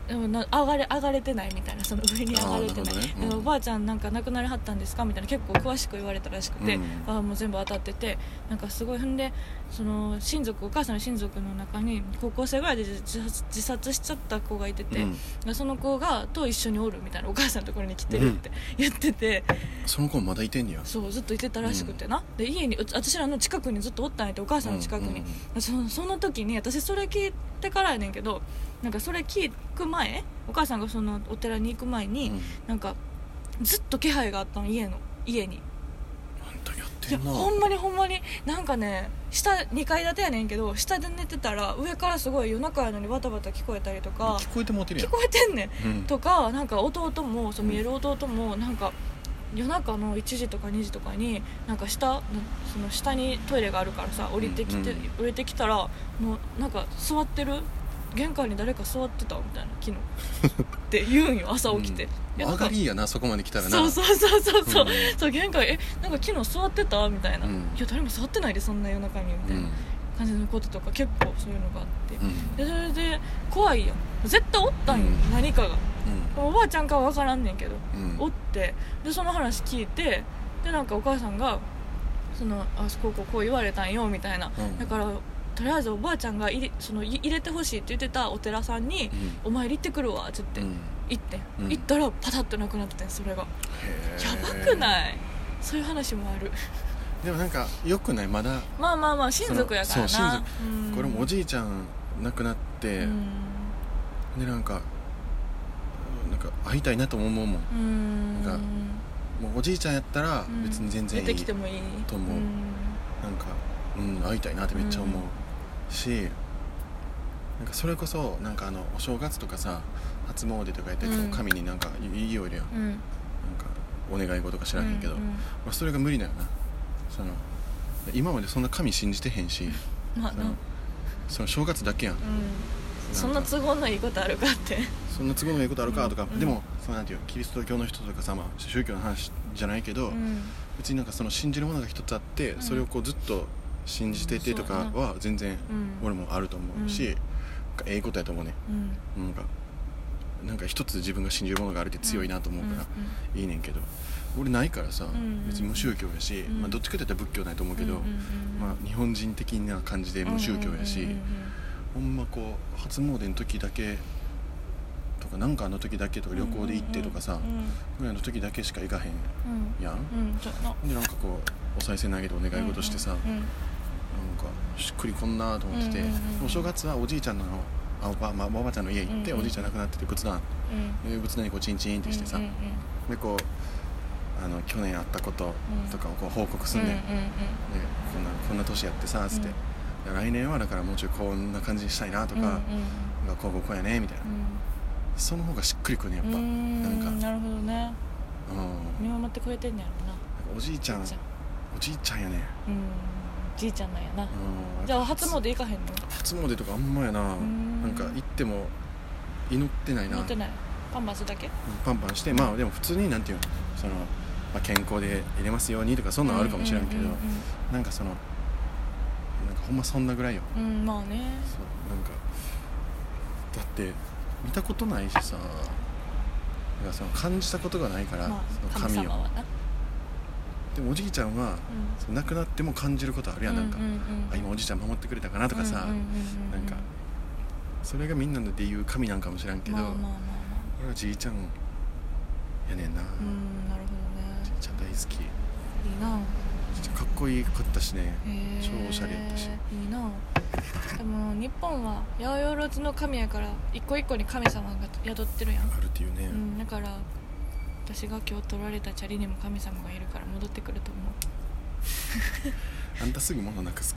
S1: でもな上がれ上がれてないみたいなその上に上がれてな
S2: あーなるほど
S1: い
S2: ねうん
S1: でもおばあちゃんなんか亡くなりはったんですかみたいな結構詳しく言われたらしくて、
S2: うん
S1: ああもう全部当たっててなんかすごい踏んでその親族お母さんの親族の中に高校生ぐらいで自殺自殺しちゃった子がいてて、でその子がと一緒におるみたいなお母さんのところに来てるって言ってて。
S2: その子まだいてんねや
S1: そうずっといてたらしくてな、で家にうち私らの近くにずっとおったんやってお母さんの近くに、
S2: うんうん
S1: そのその時に私それ聞いてからやねんけどなんかそれ聞く前お母さんがそのお寺に行く前に、
S2: うん
S1: なんかずっと気配があったの家の家に
S2: あんたやっ
S1: い
S2: て
S1: や
S2: んな
S1: ほんまにほんまになんかね下2階建てやねんけど下で寝てたら上からすごい夜中やのにバタバタ聞こえたりとか
S2: 聞こえてもうてる
S1: 聞
S2: やん
S1: こえてんねん
S2: うん
S1: とかなんか弟もそう見える弟もなんか夜中の1時とか2時とかになんか下その下にトイレがあるからさ降りてきて、
S2: うんうん
S1: 降りてきたらもうなんか座ってる玄関に誰か座ってたみたいな昨日って言うんよ朝起きて、
S2: うん
S1: いやなん
S2: 上
S1: か
S2: がりいいやなそこまで来たらな
S1: そうそうそうそうそう,、
S2: うん
S1: そう玄関えなんか昨日座ってたみたいな、
S2: うん
S1: いや誰も座ってないでそんな夜中にみた
S2: う
S1: い
S2: ん
S1: な感じのこととか結構そういうのがあって、
S2: うん
S1: でそれで怖いやん絶対おったんよ、
S2: うん
S1: 何かがおばあちゃんかは分からんねんけど、
S2: うん
S1: おってでその話聞いてでなんかお母さんがそのあそここうこう言われたんよみたいな、
S2: うん
S1: だからとりあえずおばあちゃんが入れそのい入れてほしいって言ってたお寺さんに
S2: うん
S1: 「お前入ってくるわ」って言って、
S2: うん
S1: 行って、
S2: うん
S1: 行ったらパタッとなくなっててんそれが、
S2: へー
S1: やばくないそういう話もある
S2: でもなんかよくないまだ
S1: まあまあまあ親族やからな
S2: そう親族
S1: うん
S2: これもおじいちゃん亡くなって
S1: うん
S2: でなんかなんか会いたいなとも思うもん
S1: うん
S2: なんかもうおじいちゃんやったら
S1: うん
S2: 別に全然いい
S1: 出てきてもいい
S2: と思うんなんかうん会いたいなってめっちゃ思うしなんかそれこそなんかあのお正月とかさ初詣とかやったり
S1: うん
S2: 神になんかいいよいるやんなん
S1: うん
S2: かお願い事か知らへんけど
S1: うう
S2: まあそれが無理だよなその今までそんな神信じてへんし
S1: まあ
S2: そ
S1: な、う
S2: の
S1: ん、
S2: その正月だけやん
S1: そんな都合のいいことあるかって
S2: そんな都合のいいことあるかとか、
S1: うん
S2: でもそのなんていうキリスト教の人とかさ、まあ、宗教の話じゃないけど、
S1: うん
S2: 別になんかその信じるものが一つあって、
S1: うん
S2: それをこうずっと信じててとかは全然
S1: うん
S2: 俺もあると思うし、
S1: う
S2: なんかええことやと思うね
S1: うん
S2: なんかなんか一つ自分が信じるものがあるって強いなと思うから、いいねんけど俺ないからさ、
S1: ん
S2: 別に無宗教やし、
S1: うん
S2: まあ、どっちかって言ったら仏教ないと思うけど、
S1: うんうんうん
S2: まあ、日本人的な感じで無宗教やし、
S1: うんうんうん
S2: ほんまこう初詣の時だけとかなんかあの時だけとか
S1: うん
S2: 旅行で行ってとかさ、
S1: うん
S2: ぐらいの時だけしか行かへん
S1: うん
S2: やん、
S1: うんうんちょっと
S2: でなんかこうお賽銭投げてお願い事してさ、
S1: うんうん
S2: なんかしっくりこんなと思ってて、
S1: うんうんうん
S2: お正月はおじいちゃんのあおば,、まあ、おばあちゃんの家行って、
S1: うんうん
S2: おじいちゃん亡くなってて仏壇で仏壇にこうチンチンってしてさ、
S1: うんうんうん
S2: でこうあの去年あったこととかをこう報告すんねん、で
S1: うんうん
S2: こんなこんな年やってさつって、
S1: うん
S2: いや来年はだからもうちょいこんな感じにしたいなと
S1: うん
S2: か、
S1: うん
S2: がこうこうこうやねみたいな、その方がしっくりくるねやっ
S1: うん
S2: ぱ、
S1: うん
S2: なんか、うん、
S1: なるほどね
S2: なんか
S1: 見守ってくれてんねやろな
S2: おじいちゃん
S1: じゃあ
S2: おじいちゃんやね、
S1: うんじいちゃんなんやな
S2: うん、
S1: じゃあ初詣行かへんの
S2: 初詣とかあんまやな、
S1: ん
S2: なんか行っても祈ってないな
S1: 乗ってないパンバスだけ
S2: パンパンしてまあでも普通になんていうのその、まあ、健康で入れますようにとかそんなんあるかもしれんけど、
S1: ううん
S2: なんかそのなんかほんまそんなぐらいよ
S1: うんうんうんまあね
S2: そうなんかだって見たことないしさなんかその感じたことがないから、
S1: まあ、
S2: その
S1: 神
S2: 神を
S1: 様はな
S2: でもおじいちゃんは、
S1: う
S2: その亡くなっても感じることあるやんなんか、
S1: ううう
S2: あ今おじいちゃん守ってくれたかなとか
S1: う
S2: さ、
S1: んうんうんうん
S2: なんかそれがみんなので言う神なんかもしらんけど、
S1: まあまあまあま
S2: 俺はじいちゃんやねんな、
S1: あうんなるほど
S2: じいちゃん大好きじ
S1: ねいいない
S2: ちゃんかっこいかったしね
S1: へー
S2: 超おしゃれやった
S1: い
S2: し
S1: いなでも日本は八百万の神やから一個一個に神様が宿ってるやん、
S2: あるっていうね、
S1: うん、だから私が今日取られたチャリにも神様がいるから戻ってくると思う
S2: あんたすぐ物なくす